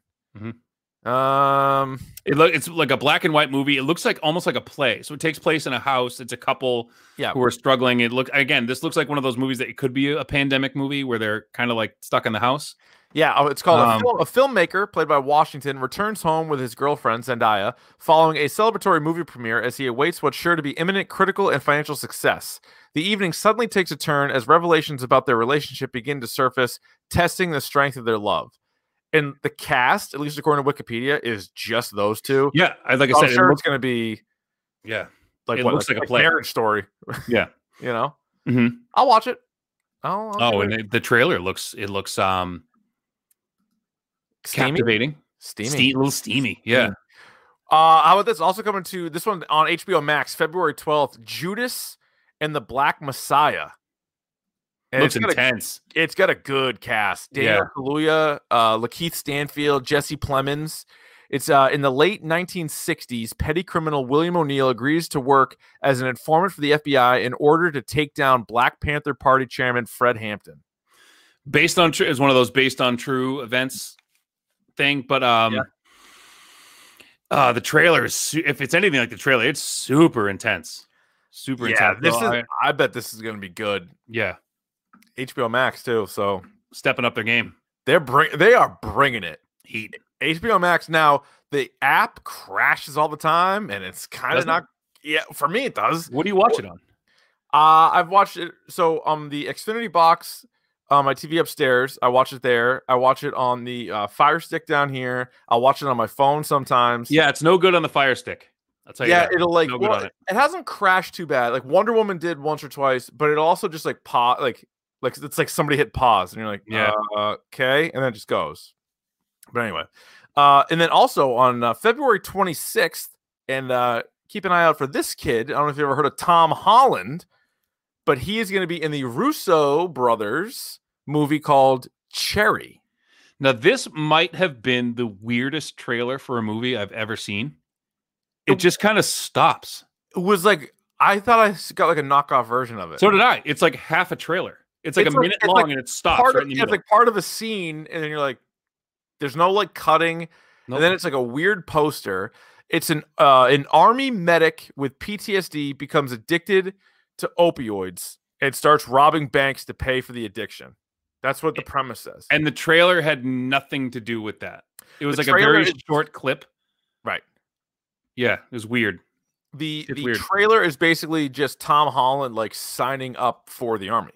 Mm-hmm. Um, It look it's like a black and white movie. It looks like almost like a play. So it takes place in a house. It's a couple Yeah. who are struggling. It look again, this looks like one of those movies that it could be a pandemic movie where they're kind of like stuck in the house. Yeah, oh, it's called Um, a, fil- a filmmaker played by Washington returns home with his girlfriend Zendaya following a celebratory movie premiere as he awaits what's sure to be imminent critical and financial success. The evening suddenly takes a turn as revelations about their relationship begin to surface, testing the strength of their love. And the cast, at least according to Wikipedia, is just those two. Yeah, I- like I So I'm said, it Oh, sure looks, it's going to be yeah, like It what looks like, like a like play. marriage story. [laughs] yeah. You know, hmm I'll watch it. I'll, I'll Oh, give and it the- the trailer looks it looks um a- steamy, captivating, steamy. Ste- a little steamy. Yeah, Uh, how about this? Also coming to this one on HBO Max, February twelfth, Judas and the Black Messiah. And looks it's got a- intense. it's got a good cast. Daniel Yeah. Kaluuya, uh, Lakeith Stanfield, Jesse Plemons. It's uh, in the late 1960s. Petty criminal William O'Neill agrees to work as an informant for the FBI in order to take down Black Panther Party chairman Fred Hampton. based on true is one of those based on true events thing but um Yeah. uh the trailer is su- if it's anything like the trailer it's super intense super yeah, intense this So is. I- I bet this is going to be good. yeah HBO Max too. So stepping up their game they're bring. They are bringing it. heat HBO Max now the app crashes all the time and it's kind of Doesn't it? not yeah for me it does. what do you watch it on Uh I've watched it so um the Xfinity box on my TV upstairs, I watch it there. I watch it on the uh, Fire Stick down here. I watch it on my phone sometimes. yeah it's no good on the fire stick i'll tell you Yeah, that. it'll like no good well, on it. it. hasn't crashed too bad. Like Wonder Woman did once or twice, but it also just like pause like like it's like somebody hit pause and you're like, Yeah. yeah, uh, okay, and then it just goes. But anyway, uh, and then also on uh, February 26th, and uh, keep an eye out for this kid. I don't know if you ever heard of Tom Holland, but he is going to be in the Russo brothers movie called Cherry. now this might have been the weirdest trailer for a movie i've ever seen it It- just kind of stops It was like I thought I s- got like a knockoff version of it. so did i it's like half a trailer it's like It's a like- minute it's long like and it stops part of, right in the yeah, it's middle. like part of a scene, and then you're like, there's no like cutting, and then Nope. it's like a weird poster. It's an uh, an army medic with PTSD becomes addicted to opioids and starts robbing banks to pay for the addiction. That's what the premise says. And the trailer had nothing to do with that. It was The like a very trailer is- short clip. Right. Yeah, it was weird. the it's the weird. trailer is basically just Tom Holland like signing up for the army.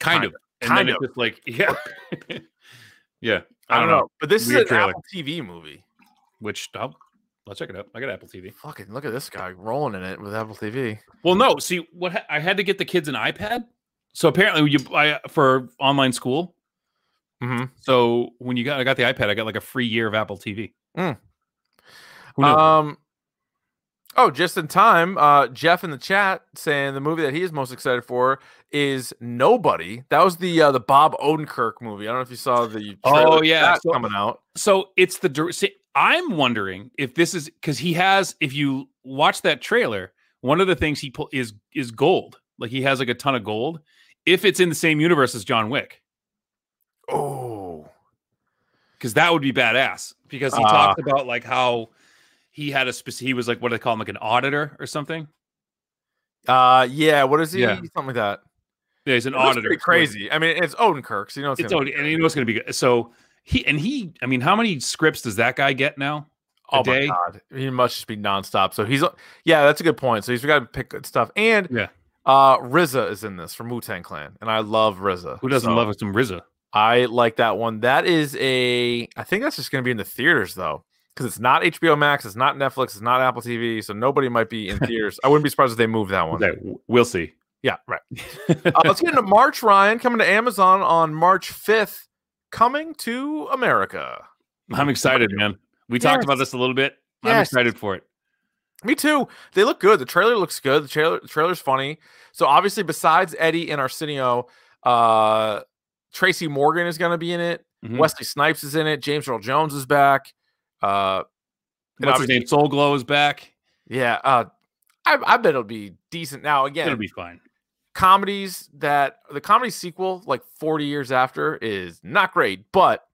Kind, Kind of. of. And Kind then of. it's just like, [laughs] yeah. yeah. I don't, know. but this Weird is an trailer. Apple TV movie. Which oh, let's check it out. I got Apple TV. Fucking look at this guy rolling in it with Apple TV. Well, no, see what ha- I had to get the kids an iPad. So apparently you I, for online school. Mm-hmm. So when you got I got the iPad, I got like a free year of Apple TV. Mm. Who knew? Um. Oh, just in time. Uh, Jeff in the chat saying the movie that he is most excited for is Nobody. That was the uh, the Bob Odenkirk movie. I don't know if you saw the. Oh, trailer for yeah, that so- coming out. So it's the dir- see, I'm wondering if this is because he has. If you watch that trailer, one of the things he pull is is gold. Like he has like a ton of gold. If it's in the same universe as John Wick, Oh, because that would be badass. Because he Ah. talked about like how he had a specific. He was like what do they call him? Like an auditor or something. uh, yeah. What is he? Yeah. Something like that. Yeah, he's an It looks auditor. pretty so it's- crazy. I mean, it's Odenkirk, so you know it's, It's gonna own, be and good. you know it's going to be good. So he and he. I mean, how many scripts does that guy get now? Oh day. my god, he must just be nonstop. So he's yeah, that's a good point. So he's got to pick good stuff. And Yeah. uh, RZA is in this from Wu Tang Clan, and I love RZA. Who doesn't so- love some RZA? I like that one. That is a. I think that's just going to be in the theaters though, because it's not HBO Max, it's not Netflix, it's not Apple TV, so nobody might be in theaters. I wouldn't be surprised if they moved that one. Okay, w- we'll see. Yeah, right. Uh, let's get into March, Ryan. Coming to Amazon on March fifth. Coming to America. I'm excited, man. We talked about Yes. this a little bit. I'm Yes. excited for it. Me too. They look good. The trailer looks good. The trailer the trailer's funny. So obviously, besides Eddie and Arsenio, uh, Tracy Morgan is going to be in it. Mhm. Wesley Snipes is in it. James Earl Jones is back. Uh, and What's his obviously- name? Soul Glow is back. Yeah. Uh, I, I bet it'll be decent. Now It'll again, be fine. comedies that the comedy sequel, like forty years after, is not great, but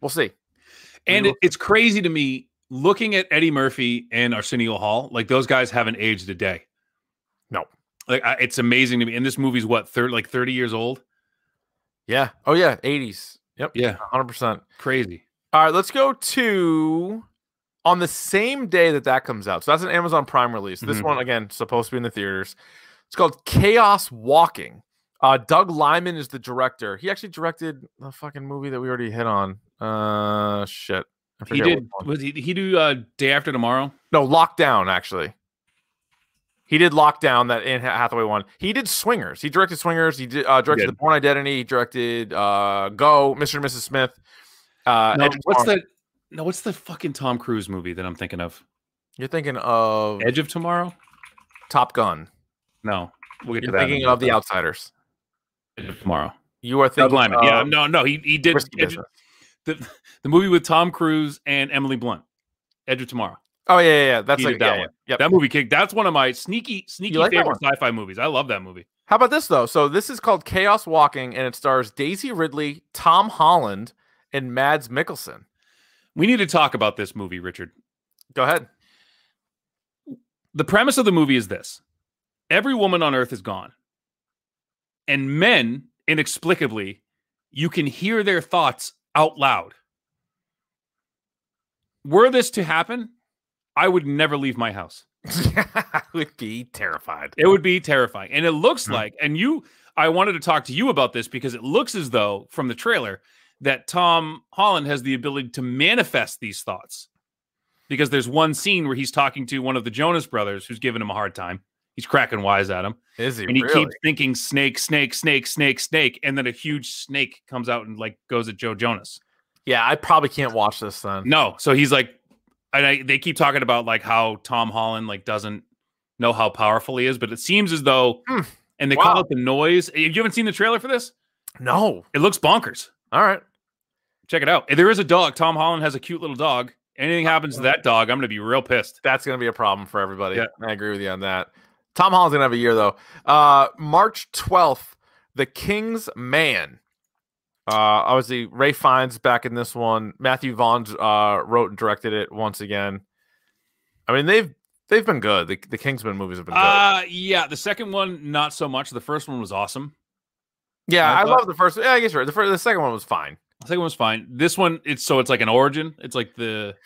we'll see. We And will- it, it's crazy to me looking at Eddie Murphy and Arsenio Hall. Like those guys haven't aged a day. No. like I, it's amazing to me. And this movie's what third, like thirty years old. yeah. Oh yeah. Eighties. Yep. Yeah, Hundred percent. crazy. All right, let's go to on the same day that that comes out. So that's an Amazon Prime release. This Mhm. one again supposed to be in the theaters. It's called Chaos Walking. Uh, Doug Lyman is the director. He actually directed the fucking movie that we already hit on. Uh, shit. I He forget what did. one. Was he? did He do uh, day after tomorrow. No, Lockdown actually. He did Lockdown that in Hathaway one. He did Swingers. He directed Swingers. He did, uh, directed did. The Born Identity. He directed uh, Go, Mr. and Mrs. Smith. Uh, No, Edge of what's Tomorrow. that? No, what's the fucking Tom Cruise movie that I'm thinking of? You're thinking of Edge of Tomorrow? Top Gun. No, we'll get to You're that. in a thinking minute. of The Outsiders. Edge of Tomorrow. You are Doug thinking. Liman. yeah, of no, no, he he did Risky Edge, Business. the, the movie with Tom Cruise and Emily Blunt. Edge of Tomorrow. Oh yeah, yeah, yeah. That's He like did that yeah, one. yeah, yep. That movie kicked. That's one of my sneaky, sneaky like that favorite sci-fi movies. I love that movie. How about this though? So this is called Chaos Walking, and it stars Daisy Ridley, Tom Holland, and Mads Mikkelsen. We need to talk about this movie, Richard. Go ahead. [laughs] The premise of the movie is this: every woman on Earth is gone, and men, inexplicably, you can hear their thoughts out loud. Were this to happen, I would never leave my house. I would be terrified. It would be terrifying. And it looks Hmm. like, and you, I wanted to talk to you about this because it looks as though from the trailer that Tom Holland has the ability to manifest these thoughts. Because there's one scene where he's talking to one of the Jonas brothers who's giving him a hard time. He's cracking wise at him. Is he And he really? keeps thinking snake, snake, snake, snake, snake. And then a huge snake comes out and like goes at Joe Jonas. Yeah, I probably can't watch this then. No. So he's like, and I, they keep talking about like how Tom Holland like doesn't know how powerful he is, but it seems as though, Hmm. and they Wow. call it the noise. You haven't seen the trailer for this? No. It looks bonkers. All right. Check it out. And There is a dog. Tom Holland has a cute little dog. Anything happens to that dog, I'm gonna be real pissed. That's going to be a problem for everybody. Yeah. I agree with you on that. Tom Holland's going to have a year though. Uh March 12th, The King's Man. Uh obviously Ray Fiennes back in this one. Matthew Vaughn uh wrote and directed it once again. I mean, they've they've been good. The, the Kingsman movies have been good. Uh yeah. The second one, not so much. The first one was awesome. yeah, I I, thought- love the first. Yeah, I guess you're right. The first, the second one was fine. The second one was fine. This one, it's so it's like an origin. It's like the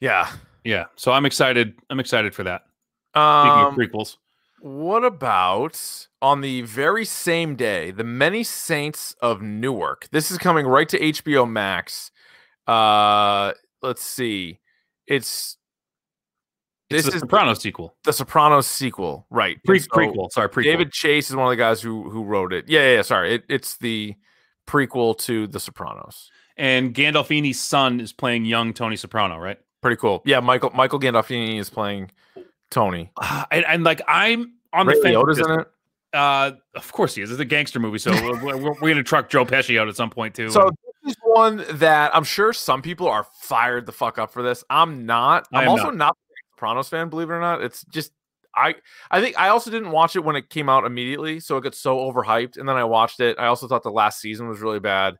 Yeah. yeah. So I'm excited. I'm excited for that. Speaking Um, of prequels. What about on the very same day, the many saints of Newark? This is coming right to HBO Max. Uh, let's see. It's It's this the is the, Sopranos sequel. the Sopranos sequel, right? and Pre- so prequel. Sorry, prequel. David Chase is one of the guys who who wrote it. Yeah, yeah. yeah, Sorry, it, it's the prequel to the Sopranos. and Gandolfini's son is playing young Tony Soprano, right? Pretty cool. Yeah, Michael Michael Gandolfini is playing Tony. Ah, And, and like I'm on Ray the fence. with Liotta's this. in it. Uh, of course he is. It's a gangster movie, so we're, we're, we're going to truck Joe Pesci out at some point too. So and this is one that I'm sure some people are fired the fuck up for this. I'm not. I'm I am also not. not, a Sopranos fan, believe it or not. It's just I I think I also didn't watch it when it came out immediately, so it got so overhyped. And then I watched it. I also thought the last season was really bad.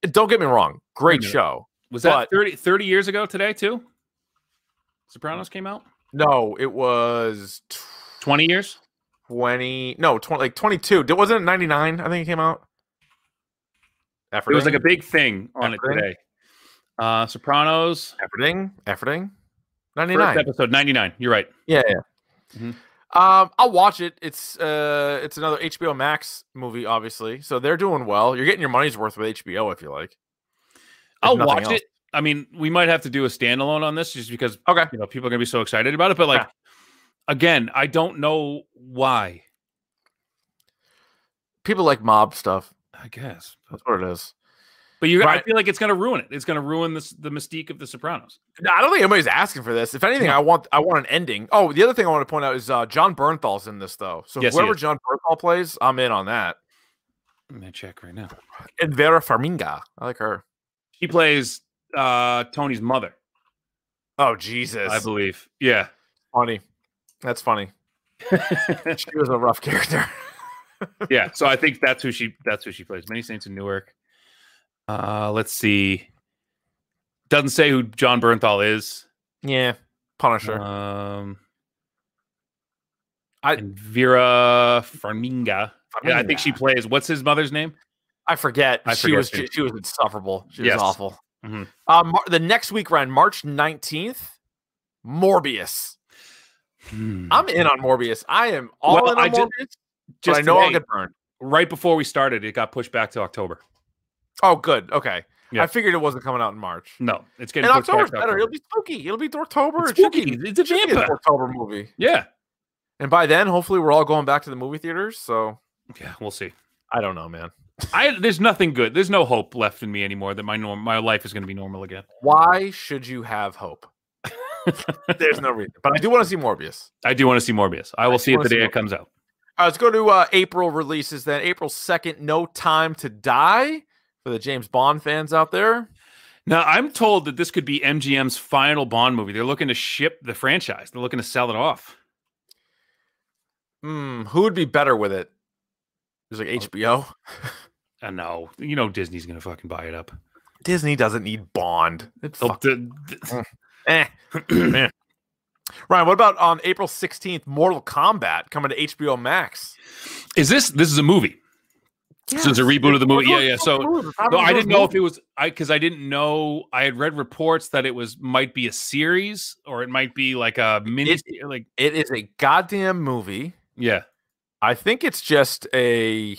Don't get me wrong, great minute. show. was but- that 30, 30 years ago today too? Sopranos came out No, it was twenty years. twenty. No, twenty like twenty two. It wasn't ninety nine. I think it came out. It was like a Efforting? big thing on it Efforting? today. Oh, Uh, Sopranos efforting, efforting, ninety first nine. episode ninety nine. You're right. Yeah, yeah. Mhm. Um, I'll watch it. It's uh, it's another HBO Max movie, obviously. So they're doing well. You're getting your money's worth with HBO, if you like. I'll nothing watch else. it. I mean, we might have to do a standalone on this just because Okay. you know people are going to be so excited about it. But like Yeah. again, I don't know why. People like mob stuff. I guess, but That's what it is. But you, I Right. feel like it's going to ruin it. It's going to ruin this the mystique of The Sopranos. No, I don't think anybody's asking for this. If anything, I want I want an ending. Oh, the other thing I want to point out is uh, John Bernthal's in this though. So Yes, he whoever is. John Bernthal plays, I'm in on that. I'm going to check right now. And Vera Farminga, I like her. He plays uh, Tony's mother, Oh Jesus, I believe. Yeah, funny. That's [laughs] funny. she was a rough character. [laughs] [laughs] yeah. So I think that's who she that's who she plays. Many Saints in Newark. Uh, let's see. Doesn't say who John Bernthal is. yeah, Punisher. Um, I- and Vera Farminga. Yeah, I think she Farminga. plays. What's his mother's name? I forget. I she forget was too. she, she was insufferable. She Yes. was awful. Mhm. Um, Mar- the next week, Ryan, March nineteenth, Morbius. I'm in on Morbius. I am all Hmm. Well, in on I ju- Morbius. but I know I'll today, get burned. right before we started, it got pushed back to October. Oh, good. Okay. Yeah. I figured it wasn't coming out in March. No, it's And getting pushed October's back. to better. It'll October. be spooky. It'll be Dorktober. It's It should be- spooky. It's a it should be a vampire. Dorktober movie. Yeah, And by then, hopefully, we're all going back to the movie theaters. So yeah, we'll see. I don't know, man. I there's nothing good. There's no hope left in me anymore that my norm my life is going to be normal again. Why should you have [laughs] hope? There's no reason. But I do want to see Morbius. I do want to see Morbius. I will see it wanna the see day Morbius. it comes out. All right, let's go to uh, April releases then. April 2nd, No Time to Die for the James Bond fans out there. Now I'm told that this could be MGM's final Bond movie. They're looking to ship the franchise. They're looking to sell it off. Hmm, who would be better with it? There's Oh, like HBO. I know. You know Disney's going to fucking buy it up. Disney doesn't need Bond. It's They'll- fuck- the- the- eh. [clears throat] Eh. Ryan, what about on April 16th, Mortal Kombat coming to HBO Max? Is this this is a movie? So it's a reboot of the movie. Yeah, yeah. So no, I didn't know if it was I because I didn't know I had read reports that it was might be a series or it might be like a mini like It is a goddamn movie. yeah. I think it's just a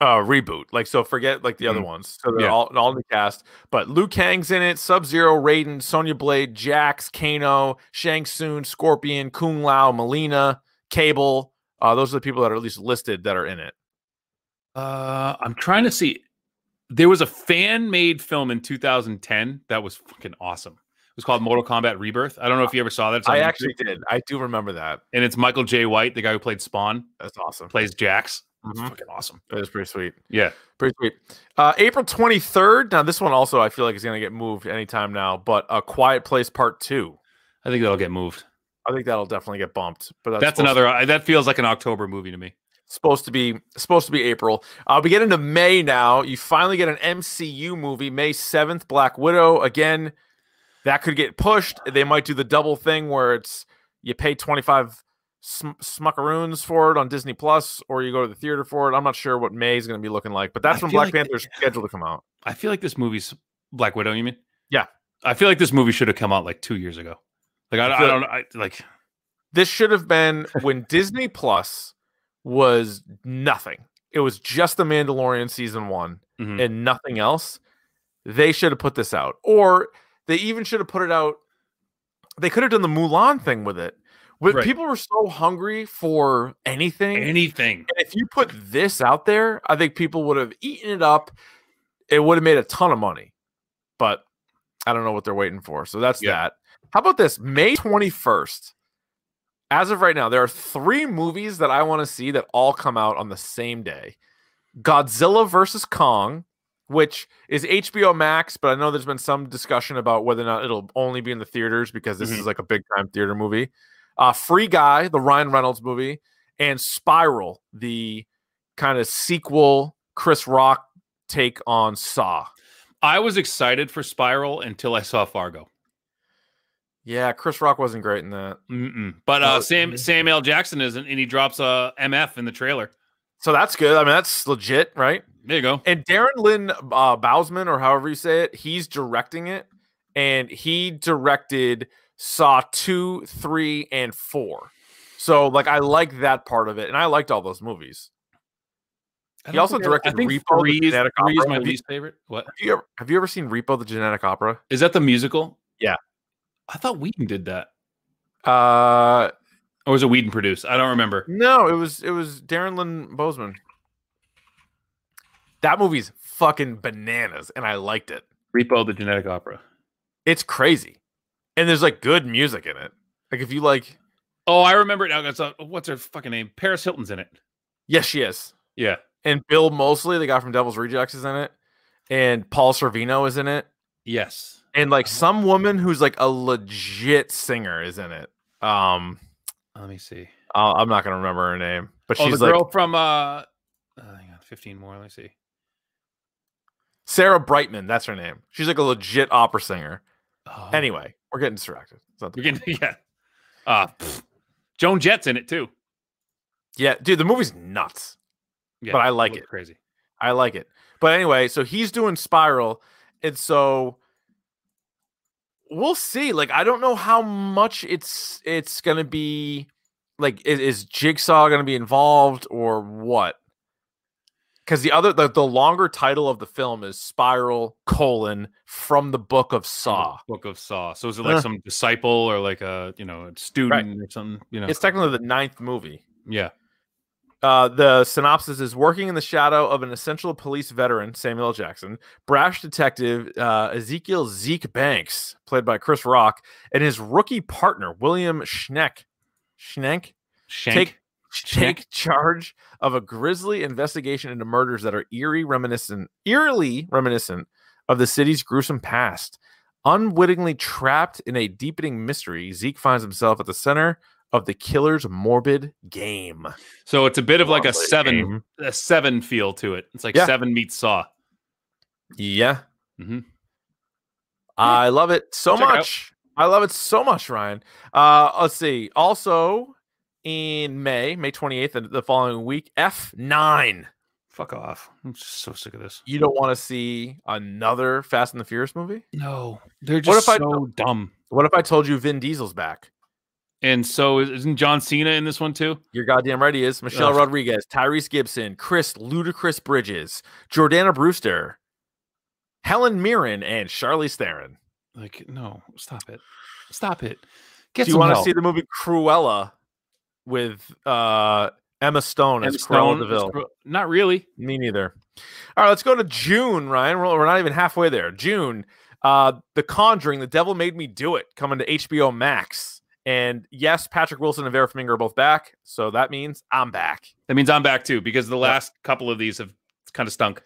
uh reboot. Like so forget like the other Mhm. ones. So they're Yeah. all all in the cast. But Liu Kang's in it, Sub-Zero, Raiden, Sonya Blade, Jax, Kano, Shang Tsung, Scorpion, Kung Lao, Melina, Cable. Uh those are the people that are at least listed that are in it. Uh I'm trying to see. There was a fan-made film in 2010 that was fucking awesome. It was called Mortal Kombat Rebirth. I don't know if you ever saw that. It's on I YouTube. actually did. I do remember that. and it's Michael J. White, the guy who played Spawn, That's awesome. plays Jax. It's Mhm. fucking awesome. It was pretty sweet. Yeah. Pretty sweet. Uh, April 23rd. Now, this one also I feel like is going to get moved anytime now, but A Quiet Place Part 2. I think that'll get moved. I think that'll definitely get bumped. But that's, That's supposed- another I that feels like an October movie to me. supposed to be supposed to be April. Uh, we get into May now. You finally get an MCU movie May seventh, Black Widow. Again, that could get pushed. They might do the double thing where it's you pay twenty five sm- smuckaroons for it on Disney Plus, or you go to the theater for it. I'm not sure what May is going to be looking like, but that's I when feel Black like they- Panther's scheduled to come out. I feel like this movie's Black Widow. You mean? Yeah. I feel like this movie should have come out like two years ago. Like I, I I, feel- don't I, like. This should have been when Disney Plus was nothing. It was just the Mandalorian season one. mhm. and nothing else, they should have put this out. Or they even should have put it out. They could have done the Mulan thing with it. But Right. people were so hungry for anything. Anything. and if you put this out there, I think people would have eaten it up. It would have made a ton of money. But I don't know what they're waiting for. So that's Yeah. that. How about this? May 21st. As of right now, there are three movies that I want to see that all come out on the same day. Godzilla versus Kong, which is HBO Max, but I know there's been some discussion about whether or not it'll only be in the theaters because this is like a big time theater movie. Uh, Free Guy, the Ryan Reynolds movie, and Spiral, the kind of sequel Chris Rock take on Saw. I was excited for Spiral until I saw Fargo. Yeah, Chris Rock wasn't great in that. Mm-mm. But uh, Oh, Sam mhm. Sam L. Jackson isn't, and he drops a MF in the trailer. So that's good. I mean, that's legit, right? There you go. And Darren Lynn uh, Bousman, or however you say it, he's directing it, and he directed Saw two, three, and four. So like, I like that part of it, and I liked all those movies. I He don't also think I- directed I think Repo, the Free is, Genetic Free is Opera. my Have you- least favorite. What Have you ever, have you ever seen Repo: The Genetic Opera? is that? The musical? Yeah. I thought Whedon did that, Uh, or was it Whedon produced? I don't remember. no, it was it was Darren Lynn Bousman. That movie's fucking bananas, and I liked it. Repo: The Genetic Opera. It's crazy, and there's like good music in it. Like if you like, Oh, I remember it now. That's, uh, What's her fucking name? Paris Hilton's in it. yes, she is. Yeah. and Bill Mosley, the guy from Devil's Rejects, is in it, and Paul Servino is in it, Yes. and Uh-huh. like some woman who's like a legit singer is in it. Um, Let me see. I'll, I'm not gonna remember her name, but oh, the she's like girl from uh, uh, hang on, fifteen more. Let me see. Sarah Brightman. That's her name. She's like a legit opera singer. Oh, Anyway, we're getting distracted. It's not the- we can [laughs] yeah. Uh, pfft. Joan Jett's in it too. yeah, dude, the movie's nuts. Yeah, But I like looked it. Crazy. I like it. But anyway, so he's doing Spiral, and so we'll see. Like, I don't know how much it's it's gonna be. Like, is, is Jigsaw gonna be involved or what? because the other the, the longer title of the film is Spiral colon from the book of Saw. Book of Saw. Uh-huh. So is it like Huh. some disciple or like a you know a student or something? You know, It's technically the ninth movie. yeah. Uh, the synopsis is working in the shadow of an essential police veteran, Samuel L. Jackson, brash detective uh, Ezekiel Zeke Banks, played by Chris Rock, and his rookie partner, William Schneck. Schneck? Shank. Take, take charge of a grisly investigation into murders that are eerie reminiscent, eerily reminiscent of the city's gruesome past. Unwittingly trapped in a deepening mystery, Zeke finds himself at the center of the killer's morbid game. so it's a bit of like a Lovely seven, game. a seven feel to it. It's like Yeah. seven meets Saw. Yeah. Mhm. I love it so Check it out. much. I love it so much, Ryan. Uh, let's see. Also in May, May 28th, and the following week, F9. Fuck off! I'm just so sick of this. You don't want to see another Fast and the Furious movie? No, they're just just what if so so I, dumb. What if I told you Vin Diesel's back? And so is- isn't John Cena in this one too? You're goddamn right he is. Michelle Ugh. Rodriguez, Tyrese Gibson, Chris Ludacris Bridges, Jordana Brewster, Helen Mirren, and Charlize Theron. Like, no, stop it, stop it. Get Do you some want to help. see the movie Cruella with uh, Emma Stone Emma as Cruella Stone is Deville? Cru- Not really. Me neither. All right, let's go to June, Ryan. We're, we're not even halfway there. June, uh, The Conjuring, The Devil Made Me Do It, coming to HBO Max. And yes, Patrick Wilson and Vera Farmiga are both back, so that means I'm back. That means I'm back too because the last couple of these have kind of stunk.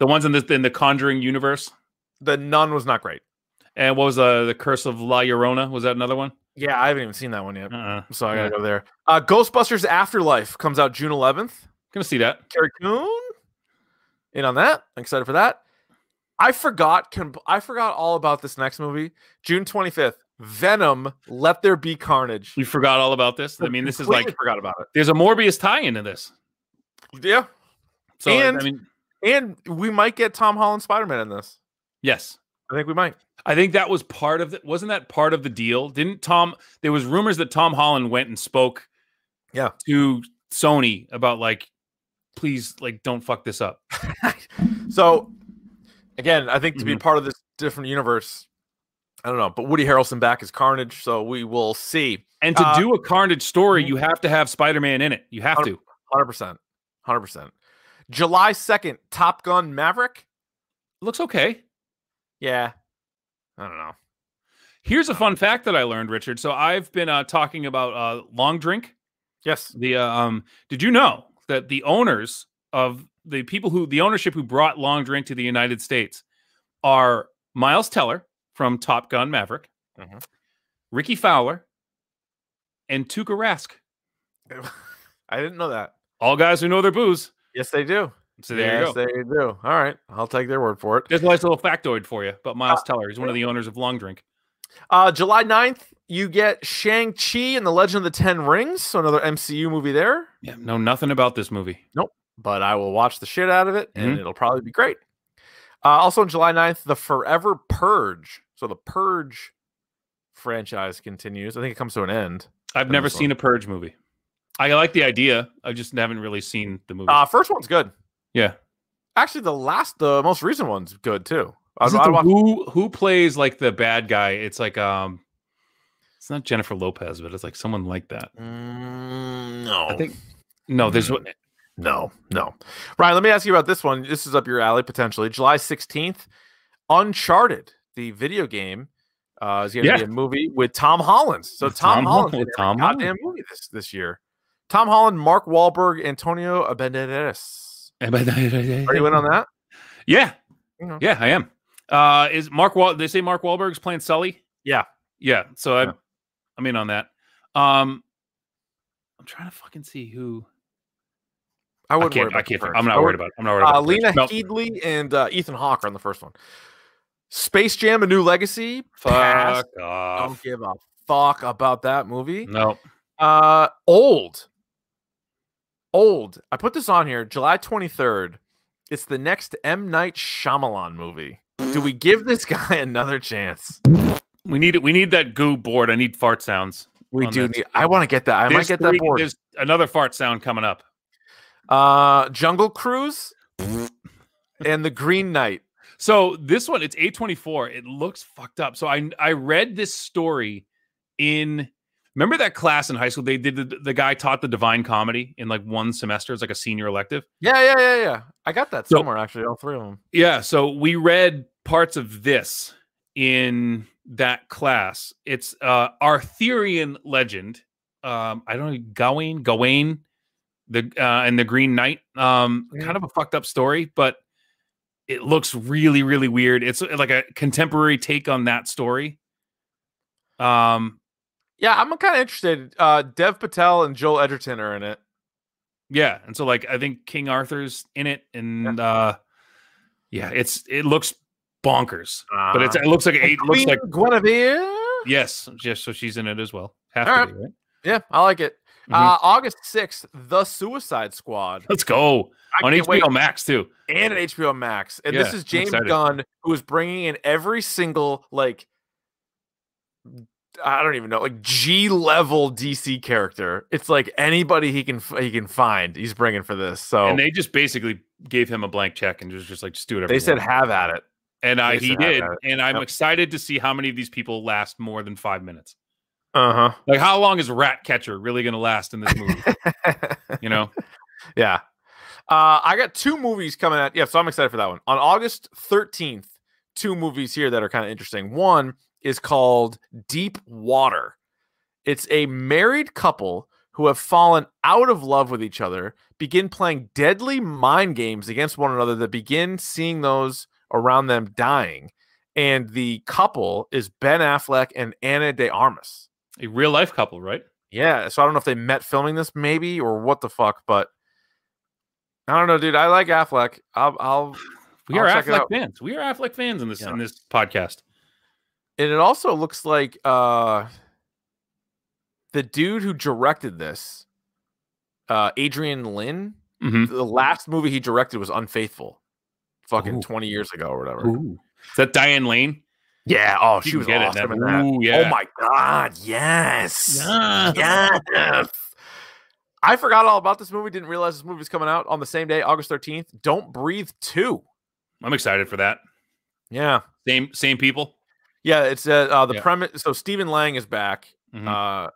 The ones in the in the Conjuring universe, The Nun was not great. and what was uh, the the Curse of La Llorona? Was that another one? Yeah, I haven't even seen that one yet, Uh-uh. I'm so I gotta go there. Uh, Ghostbusters Afterlife comes out June 11th. gonna see that. Carrie Coon. In on that. I'm excited for that. I forgot. com- I forgot all about this next movie. June 25th. Venom. Let there be carnage. You forgot all about this. I mean, this is Completely like forgot about it. there's a Morbius tie into this. Yeah, So I- And- I mean, and we might get Tom Holland Spider Man in this. yes, I think we might. I think that was part of the Wasn't that part of the deal? Didn't Tom? There was rumors that Tom Holland went and spoke, Yeah. to Sony about like, please, like, don't fuck this up. So, again, I think to Mm-hmm. be part of this different universe, I don't know. But Woody Harrelson back is Carnage, so we will see. And to Uh, mm-hmm. do a Carnage story, you have to have Spider Man in it. You have Hundred- to. Hundred percent. Hundred percent. July second, Top Gun Maverick. Looks okay. Yeah, I don't know. Here's Oh. a fun fact that I learned, Richard. So I've been uh, talking about uh, Long Drink. Yes. The uh, um, did you know that the owners of the people who the ownership who brought Long Drink to the United States are Miles Teller from Top Gun Maverick, Mhm. Ricky Fowler, and Tuka Rask. [laughs] I didn't know that. All guys who know their booze. Yes, they do. So there yes, you go. they do. All right. I'll take their word for it. There's a nice little factoid for you about Miles Teller. He's one of the owners of Long Drink. Uh, July 9th, you get Shang-Chi and the Legend of the Ten Rings. So another MCU movie there. Yeah, know nothing about this movie. But I will watch the shit out of it Mm-hmm. and it'll probably be great. Uh, also on July 9th, The Forever Purge. So the Purge franchise continues. I think it comes to an end. I've than never this one. seen a Purge movie. I like the idea. I just haven't really seen the movie. Uh, first one's good. yeah. Actually, the last, the most recent one's good too. I, Is it I the watched who who plays like the bad guy? It's like um, it's not Jennifer Lopez, but it's like someone like that. Mm, no. I think Hmm. no, there's one- [laughs] No, no. Ryan, let me ask you about this one. This is up your alley potentially. July 16th, Uncharted, the video game, uh, is going to Yeah. be a movie with Tom Holland. So With Tom, Tom Hol- Holland with in Tom Tom goddamn Holland. movie this, this year. Tom Holland, Mark Wahlberg, Antonio Banderas. Are you in on that? Yeah, You know. yeah, I am. Uh, is Mark Wal? They say Mark Wahlberg's playing Sully. Yeah. yeah. So I'm, Yeah. I'm in on that. Um, I'm trying to fucking see who. I I wouldn't worry can't. about I can't. the first. I'm I not worried wouldn't- about. It. I'm not worried about. Uh, the first. Lena Nope. Headley and uh, Ethan Hawke are on the first one. Space Jam: A New Legacy. Pass. Fuck Don't off. give a fuck about that movie. No. Uh, old. Old. I put this on here, July 23rd. It's the next M Night Shyamalan movie. Do we give this [laughs] guy another chance? We need it. We need that goo board. I need fart sounds. We on do. this. Need, I want to get that. I might This get that week, board. There's another fart sound coming up. [laughs] Uh, Jungle Cruise. and the Green Knight. So this one, it's 824. It looks fucked up. So I I read this story in remember that class in high school? They did the, the guy taught the divine comedy in like one semester. It's like a senior elective. Yeah, yeah, yeah, yeah. I got that So- somewhere actually. All three of them. Yeah. So we read parts of this in that class. It's uh Arthurian legend. Um, I don't know, Gawain, Gawain, the uh and the Green Knight. Um, kind of a fucked up story, but it looks really, really weird. It's uh, like a contemporary take on that story. Um, Yeah, I'm kind of interested. Uh, Dev Patel and Joel Edgerton are in it. yeah, and so like I think King Arthur's in it, and uh yeah, it's it looks bonkers, but Uh, it's it looks like Ah. it looks Queen like Guinevere. Yes, yes. So she's in it as well. Have All to right. be, right? Yeah, I like it. Mhm. Uh, August 6th, The Suicide Squad Let's go I on can't HBO wait. Max too. and at HBO Max. And Yeah, this I'm is James excited. Gunn, who is bringing in every single, like, I don't even know, like G level DC character. It's like anybody he can f- he can find, he's bringing for this. So And they just basically gave him a blank check and just just like just do whatever. they you said, want. have at it. and I, they he said have did, that. and I'm Yep. excited to see how many of these people last more than five minutes. Uh Like, how long is Ratcatcher really going to last in this [laughs] movie? huh. you know, Yeah. Uh, I got two movies coming out. Yeah, so I'm excited for that one. On August 13th, two movies here that are kind of interesting. One is called Deep Water. It's a married couple who have fallen out of love with each other, begin playing deadly mind games against one another that begin seeing those around them dying. And the couple is Ben Affleck and Anna De Armas. a real life couple, right? Yeah, so I don't know if they met filming this, maybe, or what the fuck, but I don't know, dude. I like Affleck. I'll, I'll We I'll are check it Affleck out. fans. We are Affleck fans in this Yeah. in this podcast. and it also looks like uh the dude who directed this, uh Adrian Lynn. Mhm. The last movie he directed was Unfaithful, fucking Ooh. twenty years ago or whatever. Is that Diane Lane? Yeah. Oh, she can was get it, awesome man. in that. Ooh, yeah. Oh my god, yes. Yeah. Yes. I forgot all about this movie. Didn't realize this movie was coming out on the same day, August 13th. Don't Breathe 2. I'm excited for that. Yeah. Same same people. Yeah. It's uh, uh the Yeah. premise. So Stephen Lang is back. Mhm. Uh,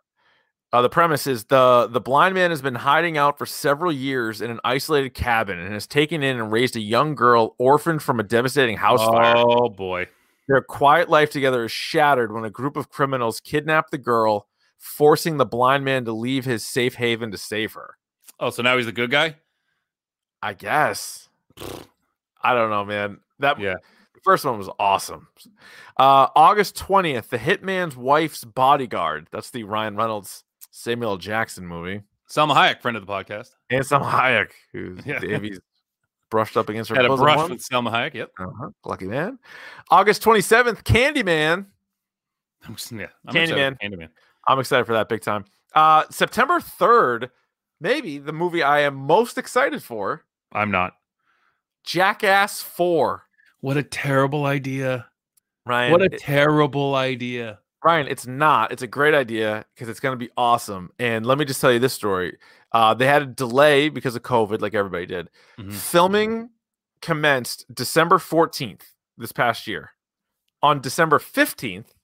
uh, the premise is the the blind man has been hiding out for several years in an isolated cabin and has taken in and raised a young girl orphaned from a devastating house fire. oh boy. Their quiet life together is shattered when a group of criminals kidnap the girl, forcing the blind man to leave his safe haven to save her. Oh, so now he's the good guy. I guess. I don't know, man. That Yeah. the first one was awesome. Uh, August 20th, The Hitman's Wife's Bodyguard. That's the Ryan Reynolds Samuel L. Jackson movie. Salma Hayek, friend of the podcast. And Sam Hayek, who's [laughs] Yeah. Davies brushed up against her Had a bosom brush once. with Selma Hayek. Yep. [laughs] Uh-huh. Lucky man. August 27th, Candyman. I'm just- yeah. I'm Candyman. excited for Candyman. I'm excited for that big time. Uh, September 3rd, maybe the movie I am most excited for I'm not. Jackass 4. What a terrible idea. Ryan, what a it- terrible idea. Ryan, it's not. It's a great idea because it's going to be awesome. And let me just tell you this story. Uh, they had a delay because of COVID, like everybody did. Mhm. Filming commenced December 14th this past year. On December 15th,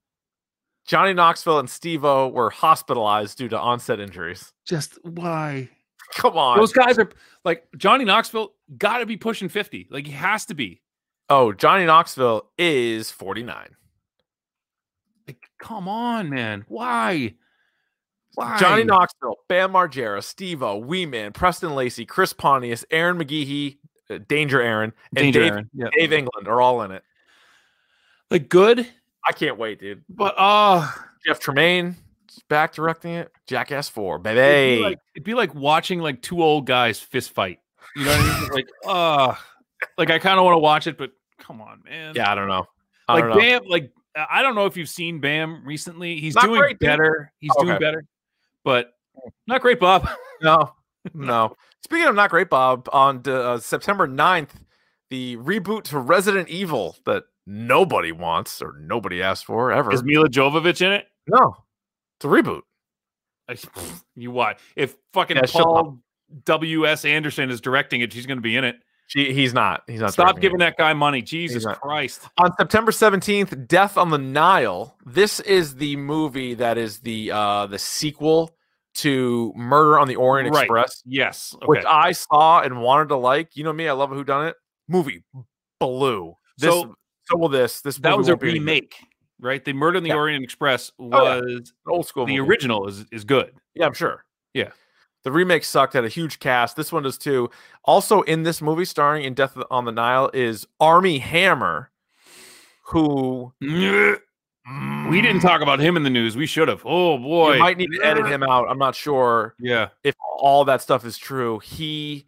Johnny Knoxville and Steve O were hospitalized due to onset injuries. [laughs] Just why? Come on. Those guys are like Johnny Knoxville got to be pushing 50. Like he has to be. Oh, Johnny Knoxville is 49. Like come on, man. Why? Why? Johnny Knoxville, Bam Margera, Steve-O, Wee Man, Preston Lacey, Chris Pontius, Aaron McGeehee, uh, Danger Aaron, and Danger Dave, Aaron. Yeah. Dave England are all in it. Like good, I can't wait, dude. but uh Jeff Tremaine is back directing it. Jackass 4, it'd be baby. like, it'd be like watching like two old guys fist fight. You know what I mean? It's Like uh like I kind of want to watch it, but come on, man. yeah, I don't know. I like don't know. Bam, like uh, I don't know if you've seen Bam recently. He's Not doing great, dude. better. He's Oh, doing okay. better, but not great, Bob. No, no. Speaking of not great, Bob, on uh, September 9th, the reboot to Resident Evil that nobody wants or nobody asked for ever. Is Mila Jovovich in it? no, it's a reboot. I- You what? If fucking Yeah, shut Paul W. S. Anderson is directing it, she's going to be in it. She, he's not. He's not. Stop directing giving it. that guy money. Jesus not- Christ. On September seventeenth, Death on the Nile. This is the movie that is the uh the sequel to Murder on the Orient Right. Express, Yes. Okay. which I saw and wanted to like. You know me, I love a whodunit movie. Blew. This, so So- so will this. This that movie was a will be remake, right? The Murder in the Yeah. Oh, Orient Express yeah. was an old school. the movie. original is is good. Yeah, I'm sure. Yeah. The remake sucked, had a huge cast. This one does too. Also, in this movie, starring in Death on the Nile, is Army Hammer, who We didn't talk about him in the news. We should have. Oh boy. Mm. you might need to edit him out. I'm not sure Yeah. if all that stuff is true. He.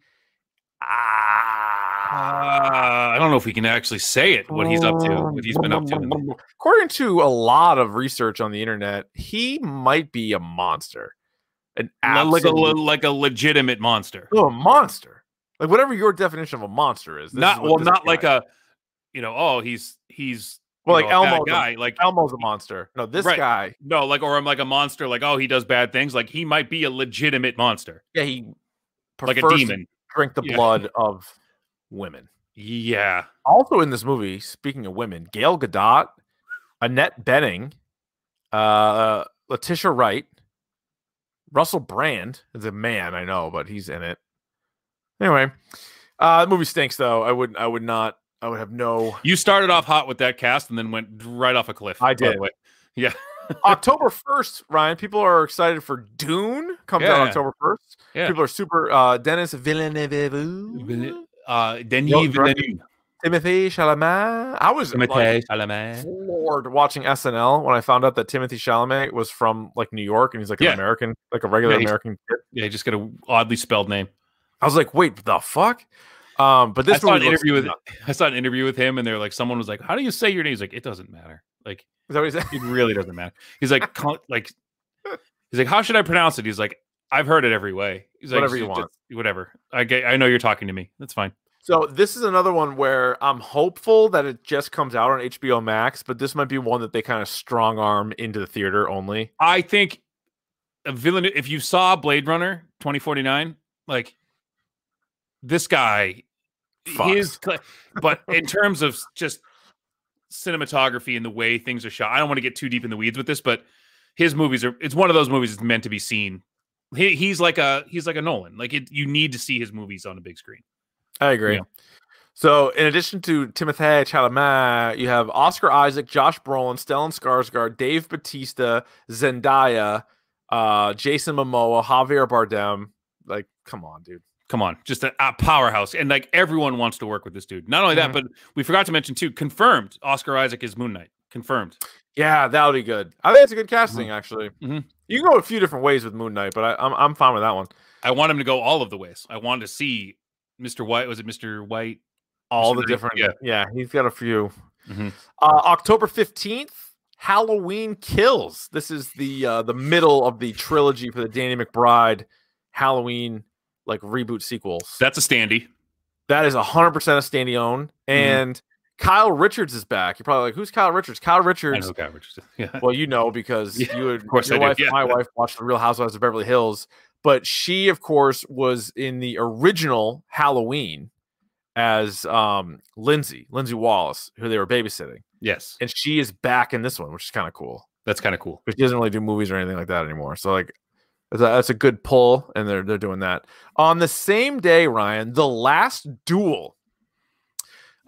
Ah, Uh, I don't know if we can actually say it. What he's up to. What he's been up to. in the- According to a lot of research on the internet, he might be a monster. An Like a absolute le- like a legitimate monster. Oh, a monster. Like whatever your definition of a monster is. this is Not what well. this Not guy- like a. You know. Oh, he's he's. you Well, like know, a bad Elmo's a- guy. Like Elmo's a monster. No, this Right. guy. no. Like or I'm like a monster. Like oh, he does bad things. Like he might be a legitimate monster. Yeah, he Like prefers a demon. to drink the Yeah. blood of women. Yeah. Also in this movie, speaking of women, Gail Gadot, Annette Benning, uh, Letitia Wright, Russell Brand is a man I know, but he's in it. Anyway, uh, the movie stinks though. I would I would not. I would have [laughs] no. You started off hot with that cast and then went right off a cliff. I by the did. way. October 1st, Ryan. People are excited for Dune comes Yeah. out October 1st. Yeah. People are super uh Dennis Villeneuve, Uh, Denis Yo, Dre- Villeneuve. Timothy Chalamet. I was like, floored watching SNL when I found out that Timothy Chalamet was from like New York and he's like Yeah. an American, like a regular Yeah, he's- American kid. Yeah, he just got a oddly spelled name. I was like, wait, the fuck? Um, but this I saw an movie looks interview with nuts. [laughs] I saw an interview with him, and they're like, someone was like, "How do you say your name?" He's like, "It doesn't matter. Like, Is that what he said? [laughs] it really doesn't matter." He's like, "Con- [laughs] "Like, he's like, how should I pronounce it?" He's like, "I've heard it every way." He's like, Whatever you "Just- want." just- whatever. I get, I know you're talking to me. That's fine. So this is another one where I'm hopeful that it just comes out on HBO Max, but this might be one that they kind of strong arm into the theater only. I think a villain. If you saw Blade Runner 2049, like this guy, Fucks. his. cl- But in terms of just cinematography and the way things are shot, I don't want to get too deep in the weeds with this, but his movies are. It's one of those movies that's meant to be seen. He, he's like a he's like a Nolan. Like it, you need to see his movies on a big screen. I agree. Yeah. So, in addition to Timothy Chalamet, you have Oscar Isaac, Josh Brolin, Stellan Skarsgård, Dave Batista, Zendaya, uh, Jason Momoa, Javier Bardem. Like, come on, dude. Come on, just a, a powerhouse, and like everyone wants to work with this dude. Not only that, Mhm. but we forgot to mention too. Confirmed, Oscar Isaac is Moon Knight. Confirmed. Yeah, that would be good. I think it's a good casting, actually. Mhm. You can go a few different ways with Moon Knight, but I, I'm I'm fine with that one. I want him to go all of the ways. I want to see Mr. White. Was it Mr. White? all the Somebody- different yeah. yeah. he's got a few Mhm. uh october 15th halloween kills this is the uh the middle of the trilogy for the danny mcbride halloween like reboot sequels That's a standee. that is 100% a standy own Mm-hmm. and kyle richards is back you're probably like who's kyle richards kyle I richards know Guy Richardson. Yeah. well, you know, because Yeah, you would, course your I do, wife yeah. and my wife watched The Real Housewives of Beverly Hills, but she, of course, was in the original Halloween as um, Lindsay, Lindsay Wallace, who they were babysitting. [laughs] Yes. And she is back in this one, which is kind of cool. That's kind of cool. But she doesn't really do movies or anything like that anymore. So, like, that's a, that's a good pull, and they're, they're doing that. On the same day, Ryan, The Last Duel,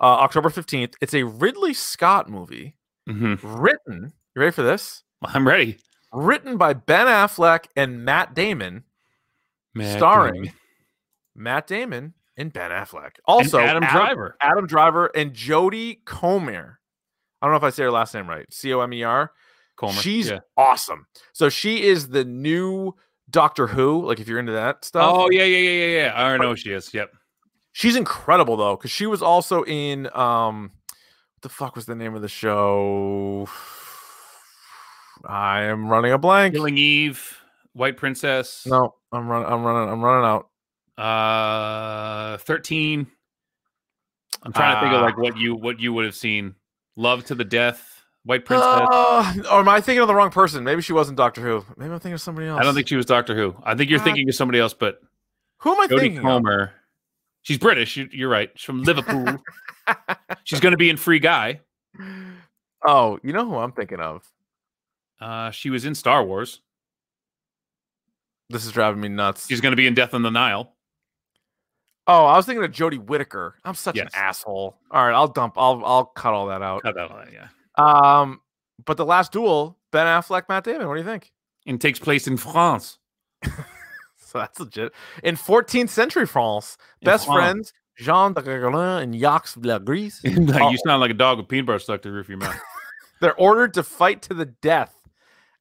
uh, October 15th, it's a Ridley Scott movie hmm written. You ready for this? I'm ready. written by Ben Affleck and Matt Damon, Man, starring and Matt Damon and Ben Affleck. Also, Adam, Driver. Adam Driver and Jodie Comer. I don't know if I say her last name right. C O M E R. Comer. She's Yeah. awesome. So she is the new Doctor Who. Like if you're into that stuff, Oh yeah, yeah, yeah, yeah, yeah. I don't know who she is. Yep. she's incredible though because she was also in um, what the fuck was the name of the show? [sighs] I am running a blank. Killing Eve, White Princess. No, I'm running. I'm running. I'm running out. Uh, thirteen. I'm trying to think of Ah. like what you what you would have seen. Love to the death. White Princess. Oh, or am I thinking of the wrong person? Maybe she wasn't Doctor Who. Maybe I'm thinking of somebody else. I don't think she was Doctor Who. I think you're Ah. thinking of somebody else, but Who am I Jodie thinking? of? Comer. She's British. You, you're right. She's from Liverpool. She's going to be in Free Guy. Oh, you know who I'm thinking of? Uh, she was in Star Wars. This is driving me nuts. She's going to be in Death on the Nile. Oh, I was thinking of Jodie Whittaker. I'm such an Yes. asshole. All right, I'll dump. I'll I'll cut all that out. Cut that line, yeah. Um, but the last duel, Ben Affleck, Matt Damon. What do you think? [laughs] And takes place in France. So that's legit. In 14th century France, In best France. friends Jean de Gagelin and Jacques de la Grise, Like, [laughs] Uh-oh. you sound like a dog with peanut butter stuck to the roof of your mouth. they're ordered to fight to the death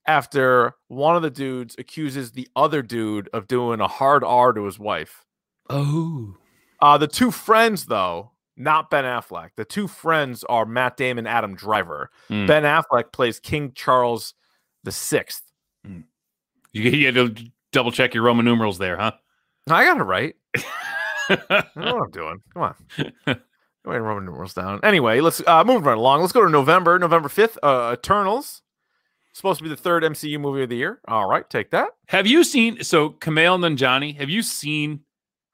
after one of the dudes accuses the other dude of doing a hard R to his wife. oh. Uh, the two friends, though, not Ben Affleck. The two friends are Matt Damon, Adam Driver. Hmm. Ben Affleck plays King Charles the Sixth. You, you had to double check your Roman numerals there, huh? I got it right. I know what I'm doing. Come on. Go ahead and Roman numerals down. Anyway, let's uh, move right along. Let's go to November, November 5th. Uh, Eternals. Supposed to be the third MCU movie of the year. All right, take that. have you seen so Kamal Nanjani? Have you seen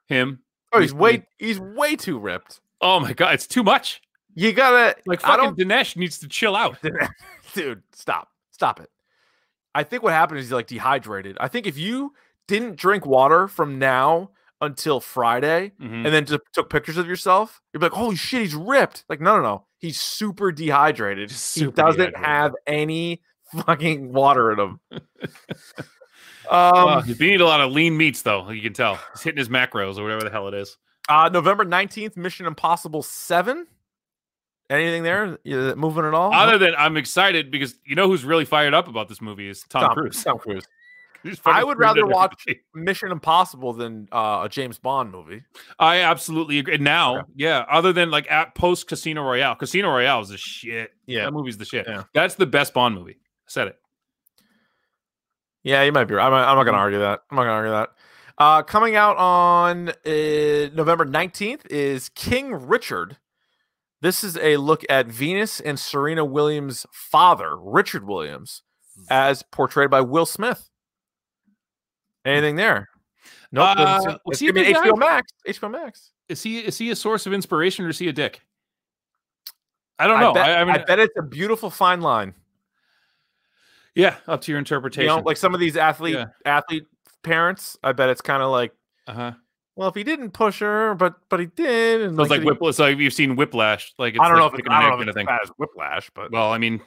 him? Oh, he's He's- way he's way too ripped. Oh my god, it's too much. You gotta Like I fucking don't Dinesh needs to chill out. [laughs] dude, stop. Stop it. I think what happened is he's like dehydrated. I think if you didn't drink water from now until Friday Mhm. and then just took pictures of yourself, you'd be like, holy shit, he's ripped. Like, no, no, no. He's super dehydrated. Just he super doesn't dehydrated. have any fucking water in [laughs] him. um Oh, he's been eating a lot of lean meats though, you can tell. He's hitting his macros or whatever the hell it is. uh, November 19th, Mission Impossible 7. Anything there? Is it moving at all? Other than I'm excited because you know who's really fired up about this movie is Tom, Cruise. [laughs] Tom Cruise. He's fucking I would screamed rather at watch everybody. Mission Impossible than uh, a James Bond movie. I absolutely agree. And Now, Okay. yeah, other than like at post Casino Royale, Casino Royale is the shit. Yeah. That movie's the shit. Yeah. That's the best Bond movie. I said it. Yeah, you might be right. I'm, not- I'm not Mm. going to argue that. I'm not going to argue that. Uh, coming out on uh, November 19th is King Richard. This is a look at Venus and Serena Williams' father, Richard Williams, as portrayed by Will Smith. Anything there? No. Hmm. Uh, was he a I mean, good guy? HBO Max. HBO Max. Is he is he a source of inspiration or is he a dick? I don't know. I, bet, I, mean, uh, I bet it's a beautiful fine line. yeah, up to your you interpretation. know, like some of these athlete Yeah. athlete parents. I bet it's kind of like, uh-huh. well, if he didn't push her, but but he did, and So it's like did he- Whiplash. Like you've seen Whiplash. Like it's I don't like know if it's, chicken I and don't egg know if it's kinda as thing. bad as Whiplash, but Well, I mean,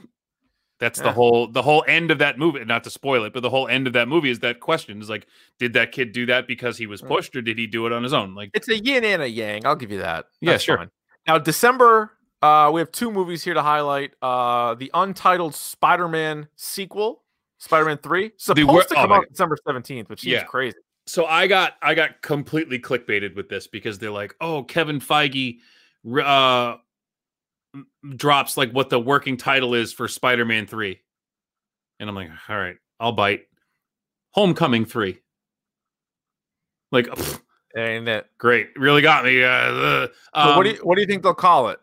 that's Yeah. the whole the whole end of that movie. Not to spoil it, but the whole end of that movie is that question: is like, did that kid do that because he was Right. pushed, or did he do it on his own? Like, it's a yin and a yang. I'll give you that. Yeah, That's sure. fine. Now December, uh, we have two movies here to highlight: uh, the untitled Spider-Man sequel, Spider-Man Three, supposed wor- to oh come my- out December seventeenth, which seems Yeah. crazy. so I got I got completely clickbaited with this because they're like, oh, Kevin Feige r- uh, m- drops like what the working title is for Spider-Man Three, and I'm like, all right, I'll bite. Homecoming Three. Like, pfft, Ain't it? great, really got me. Uh, ugh. So what do Um, you what do you think they'll call it?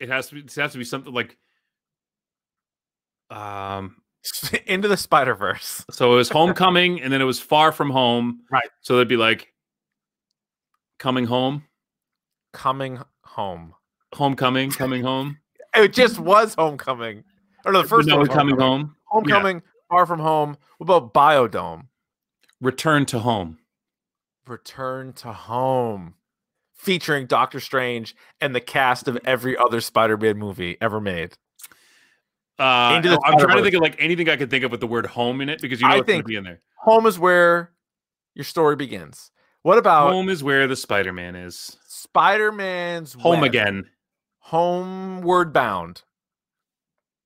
It has to be. It has to be something like. Um. Into the Spider Verse. So it was Homecoming, and then it was Far From Home. Right. So they'd be like, coming home. Coming home. homecoming coming home It just was homecoming. Or no, the [laughs] first No, one was coming homecoming. home Homecoming, far from home. What about Biodome? return to home Return to Home, featuring Doctor Strange and the cast of Mm-hmm. every other Spider-Man movie ever made. uh Into the no, i'm trying to Spider-Verse. think of like anything i could think of with the word home in it because you know I it's going to think be in there Home is where your story begins. What about home is where the spider-man is Spider-Man's home web? again Homeward Bound.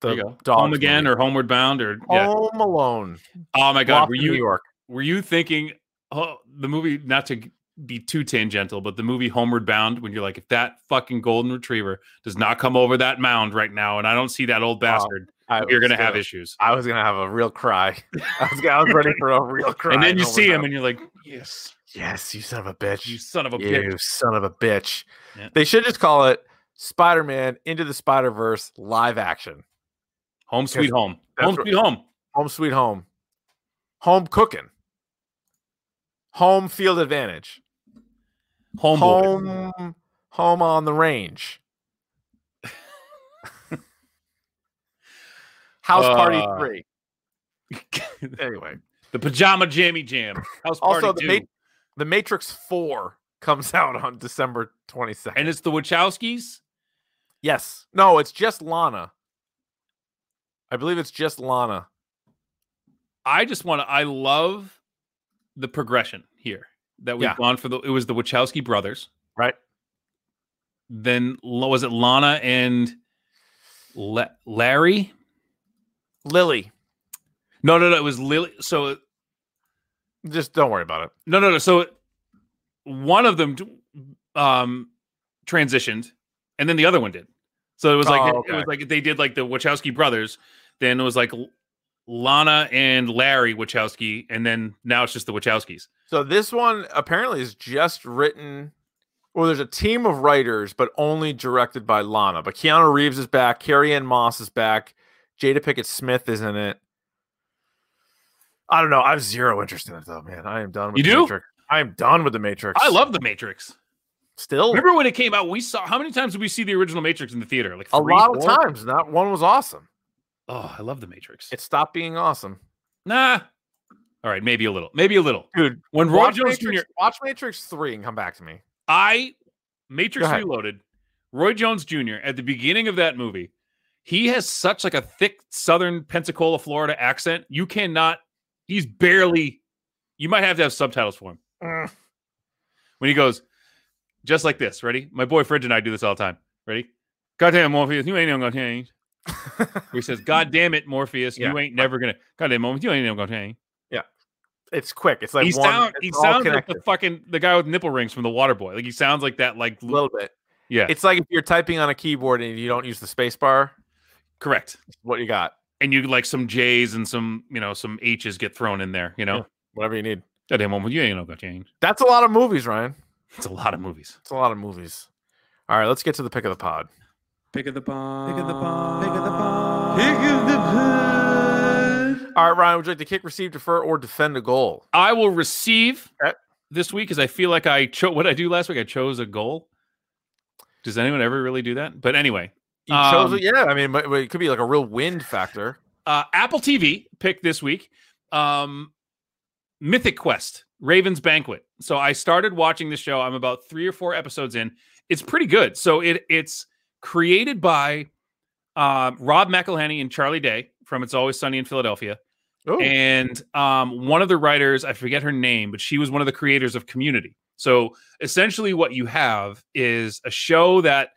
There you go. dog's home again movie. or homeward bound or yeah. Home Alone. oh my god Lost were in New you York? were you thinking oh, the movie not to be too tangential but the movie homeward bound when you're like if that fucking golden retriever does not come over that mound right now and i don't see that old bastard Oh, I you're was going to have gonna- issues I was gonna have a real cry. [laughs] I was, I was ready for a real cry. and then you Homeward see him Bound. and you're like yes yes, you son of a bitch. you son of a bitch You son of a bitch. Yeah. They should just call it Spider Man Into the Spider Verse live action. Home sweet home. that's Home what- sweet home. Home sweet home. Home cooking. Home field advantage. Homeboy. home home on the range. House party Uh, three. Anyway, the pajama jammy jam. House party also the two. Ma- the Matrix Four [laughs] comes out on December twenty second. and it's the Wachowskis. Yes, no, it's just Lana. I believe it's just Lana. I just want to. I love the progression here that we've Yeah. gone for. The it was the Wachowski brothers, Right. Then L- was it Lana and La- Larry? Lily, No, no, no. It was Lily. So just don't worry about it. no, no, no. So one of them um transitioned, and then the other one did. So it was like Oh, it was okay. like they did like the Wachowski brothers. Then it was like L- Lana and Larry Wachowski, and then now it's just the Wachowskis. So this one apparently is just written. Well, there's a team of writers, but only directed by Lana. But Keanu Reeves is back. Carrie Ann Moss is back. Jada Pickett Smith is in it. I don't know. I have zero interest in it though, man. I am done with You the do? Matrix. I am done with the Matrix. I love the Matrix. [laughs] still Remember when it came out? We saw how many times did we see the original Matrix in the theater? Like a three, lot of four? times. Not one was awesome. Oh, I love the Matrix. It stopped being awesome. nah. All right, maybe a little, maybe a little. Dude, When Roy watch Jones Matrix, Jr. watch Matrix Three and come back to me. I Matrix Go ahead. Reloaded, Roy Jones Jr. at the beginning of that movie, he has such like a thick Southern Pensacola, Florida accent. You cannot. He's barely. You might have to have subtitles for him Mm. when he goes, just like this. Ready? My boy Fridge and I do this all the time. Ready? Goddamn Morpheus, you ain't even [laughs] gonna change. Where he says, "God damn it, Morpheus, Yeah. you ain't never gonna." God damn Morpheus, you ain't even gonna change. It's quick. It's like he one. sound, it's he all sounds like connected. the fucking the guy with nipple rings from the Water Boy. Like he sounds like that. Like a little bit. yeah, It's like if you're typing on a keyboard and you don't use the space bar, correct. what you got, And you like some J's and some you know some H's get thrown in there. You know, Yeah. whatever you need. God damn Morpheus, you ain't gonna change. That's a lot of movies, Ryan. It's a lot of movies. It's a lot of movies. All right, let's get to the pick of the pod. Pick of the bomb. All right, Ryan, would you like to kick, receive, defer, or defend a goal? I will receive Okay. this week because I feel like I chose what I do last week. I chose a goal. Does anyone ever really do that? But anyway, You chose Um, it. Yeah, I mean, but- but it could be like a real wind factor. uh, Apple TV pick this week. Um, Mythic Quest, Raven's Banquet. So I started watching the show. I'm about three or four episodes in. It's pretty good. So it it's created by um, Rob McElhenney and Charlie Day from It's Always Sunny in Philadelphia. Oh, And um, one of the writers, I forget her name, but she was one of the creators of Community. So essentially, what you have is a show that,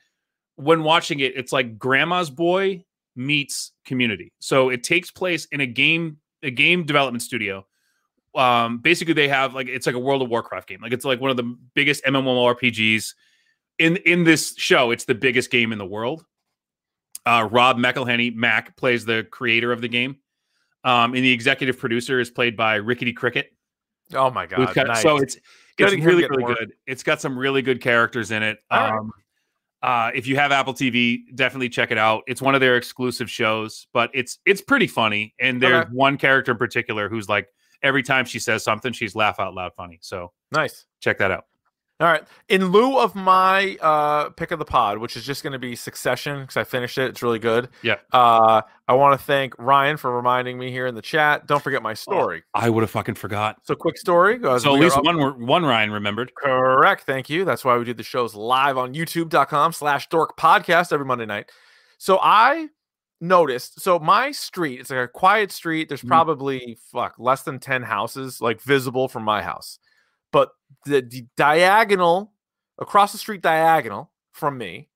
when watching it, it's like Grandma's Boy meets Community. So it takes place in a game a game development studio. Um, basically, they have like it's like a World of Warcraft game. Like it's like one of the biggest MMORPGs in in this show. It's the biggest game in the world. Uh, Rob McElhenney Mac plays the creator of the game. Um, and the executive producer is played by Rickety Cricket. oh my who's god! got- nice. So it's Good it's to hear him really get really work. good. It's got some really good characters in it. All right. Um, uh, if you have Apple TV, definitely check it out. It's one of their exclusive shows, but it's it's pretty funny. And there's Okay. one character in particular who's like every time she says something, she's laugh out loud funny. So nice. check that out. All right. In lieu of my uh, pick of the pod, which is just going to be Succession, because I finished it, it's really good. Yeah. Uh, I want to thank Ryan for reminding me here in the chat. Don't forget my story. I would have fucking forgot. So quick story. uh, Oh. So at we are least up- one were- one Ryan remembered. Correct. Thank you. That's why we do the shows live on youtube.com slash dork podcast every Monday night. So I noticed, so my street, it's like a quiet street. There's Mhm. probably fuck less than 10 houses like visible from my house. But the, the diagonal across the street diagonal from me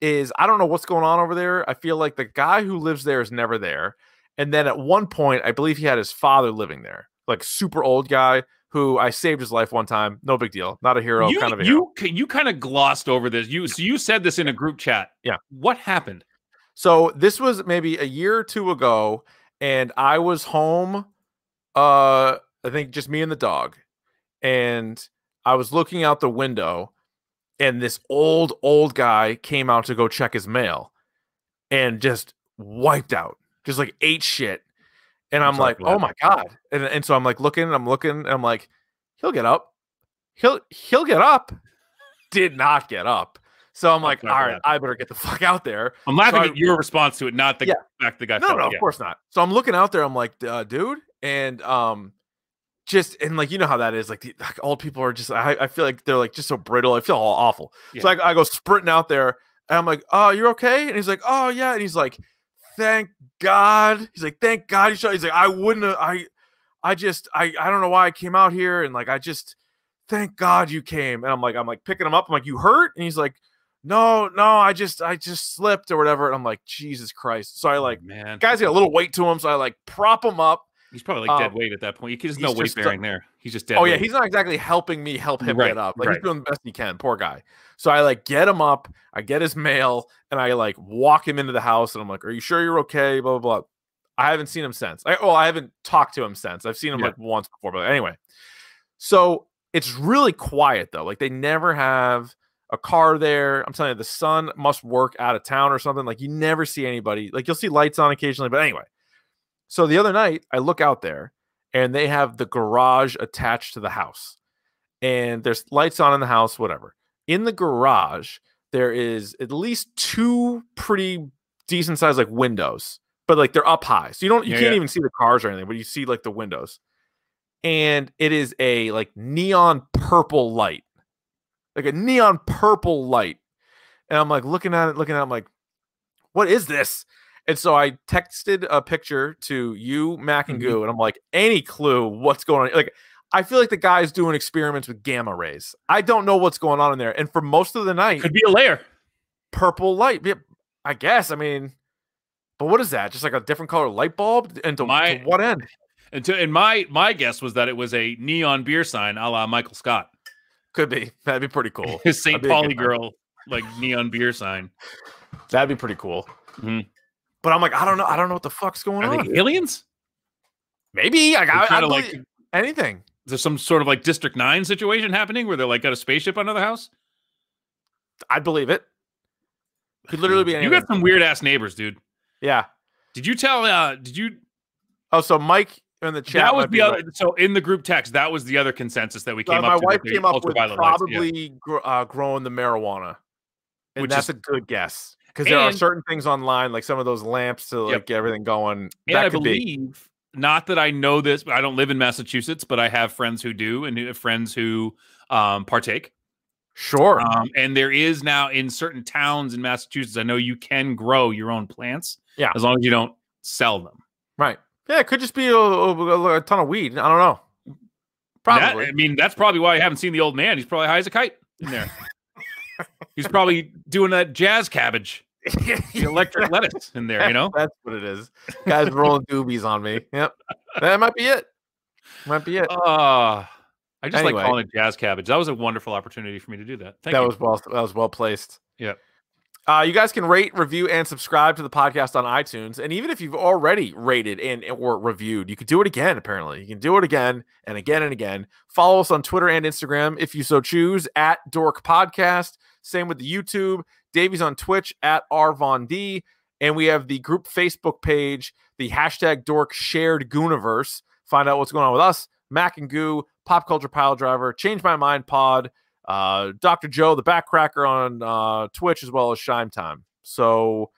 is I don't know what's going on over there. I feel like the guy who lives there is never there. And then at one point, I believe he had his father living there, like super old guy who I saved his life one time. No big deal. Not a hero, you kind of a hero. you you kind of glossed over this. You so you said this in a group chat. Yeah. What happened? So this was maybe a year or two ago, and I was home. Uh, I think just me and the dog, and I was looking out the window, and this old old guy came out to go check his mail, and just wiped out, just like ate shit, and I'm like, That's awful. oh my god, and and so I'm like looking, and I'm looking, and I'm like, he'll get up, he'll he'll get up, did not get up. So I'm like, all not gonna right, I better get the [laughs] fuck out there. I'm laughing So I- at your response to it, not the Yeah. fact the guy. No, fell. no, of Yeah. course not. So I'm looking out there. I'm like, uh, dude, and um, just and like you know how that is. Like, the, like old people are just. I, I feel like they're like just so brittle. I feel all awful. So I, I go sprinting out there, and I'm like, "Oh, you're okay?" And he's like, "Oh yeah," and he's like, "Thank God." He's like, "Thank God you shot." He's like, "I wouldn't. Have, I, I just, I, I don't know why I came out here, and like, I just, thank God you came." And I'm like, I'm like picking him up. I'm like, "You hurt?" And he's like. No, no, I just I just slipped or whatever. And I'm like, Jesus Christ. So I like man. guy's got a little weight to him, so I like prop him up. He's probably like dead um, weight at that point. There's no he's weight just, uh, bearing there. He's just dead. oh yeah, weight. he's not exactly helping me help him Right, get up. Like right. he's doing the best he can, poor guy. So I like get him up, I get his mail, and I like walk him into the house, and I'm like, "Are you sure you're okay?" Blah blah blah. I haven't seen him since. I well, I haven't talked to him since. I've seen him Yeah. like once before, but anyway. So it's really quiet though. Like they never have a car there. I'm telling you, the sun must work out of town or something. Like you never see anybody. Like you'll see lights on occasionally, but anyway. So the other night, I look out there and they have the garage attached to the house. And there's lights on in the house, whatever. In the garage, there is at least two pretty decent sized like windows, but like they're up high. So you don't you Yeah, can't yeah. even see the cars or anything, but you see like the windows. And it is a like neon purple light. Like a neon purple light. And I'm like looking at it, looking at it, I'm like, what is this? And so I texted a picture to you, Mac and Mhm. Goo, and I'm like, any clue what's going on? Like, I feel like the guy's doing experiments with gamma rays. I don't know what's going on in there. And for most of the night, could be a layer. purple light. yeah, I guess. I mean, but what is that? Just like a different color light bulb? And to, to My- what end? And, to, and my my guess was that it was a neon beer sign, a la Michael Scott, Could be. [laughs] That'd be pretty [laughs] cool. his That'd St. be a good Pauli time. girl like neon beer sign. That'd be pretty cool. Mhm. But I'm like, I don't know. I don't know what the fuck's going Are on. they aliens? Maybe. Like, I, I Kind of like believe- anything. there's some sort of like District Nine situation happening where they're like got a spaceship under the house. I'd believe it. Could literally be You anything. got some weird ass neighbors, dude. yeah. Did you tell? uh Did you? Oh, so Mike in the chat. that was might be the other. right. So in the group text, that was the other consensus that we So came my up. to, wife that the came up with ultraviolet lights, yeah. probably gr- uh, growing the marijuana, and Which that's is- a good guess because there are And- certain things online, like some of those lamps to like Yep. get everything going. And that I could be. believe, not that I know this, but I don't live in Massachusetts, but I have friends who do and who- friends who um, partake. Sure. Um, and there is now in certain towns in Massachusetts, I know you can grow your own plants. Yeah. As long as you don't sell them. right. Yeah, it could just be a, a- a ton of weed. I don't know. That- Probably. I mean, that's probably why I haven't seen the old man. He's probably high as a kite in [laughs] there. He's probably doing that [laughs] jazz cabbage, the electric lettuce in there, you know? that's what it is. Guys [laughs] rolling doobies on me. Yep. That might be it. Might be it. Uh, I just Anyway. like calling it jazz cabbage. That was a wonderful opportunity for me to do that. Thank that you. was well that was well placed. Yep. Uh, you guys can rate, review, and subscribe to the podcast on iTunes. And even if you've already rated and or reviewed, you can do it again. Apparently, you can do it again and again and again. Follow us on Twitter and Instagram if you so choose at Dork Podcast. Same with the YouTube. Davies on Twitch at Arvon D. And we have the group Facebook page, the hashtag Dork Shared Gooniverse. Find out what's going on with us, Mac and Goo, Pop Culture Pile Driver, Change My Mind Pod, uh, Dr. Joe, the Backcracker on uh, Twitch, as well as Shime Time. So,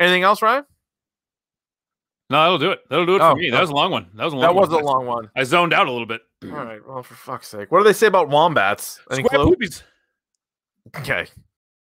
anything else, Ryan? No, that'll do it. That'll do it for Oh, me. That was a long one. That was a long That one. was a long one. I zoned out a little bit. All right. Well, for fuck's sake, what do they say about wombats? Any Square clue? poopies. Okay.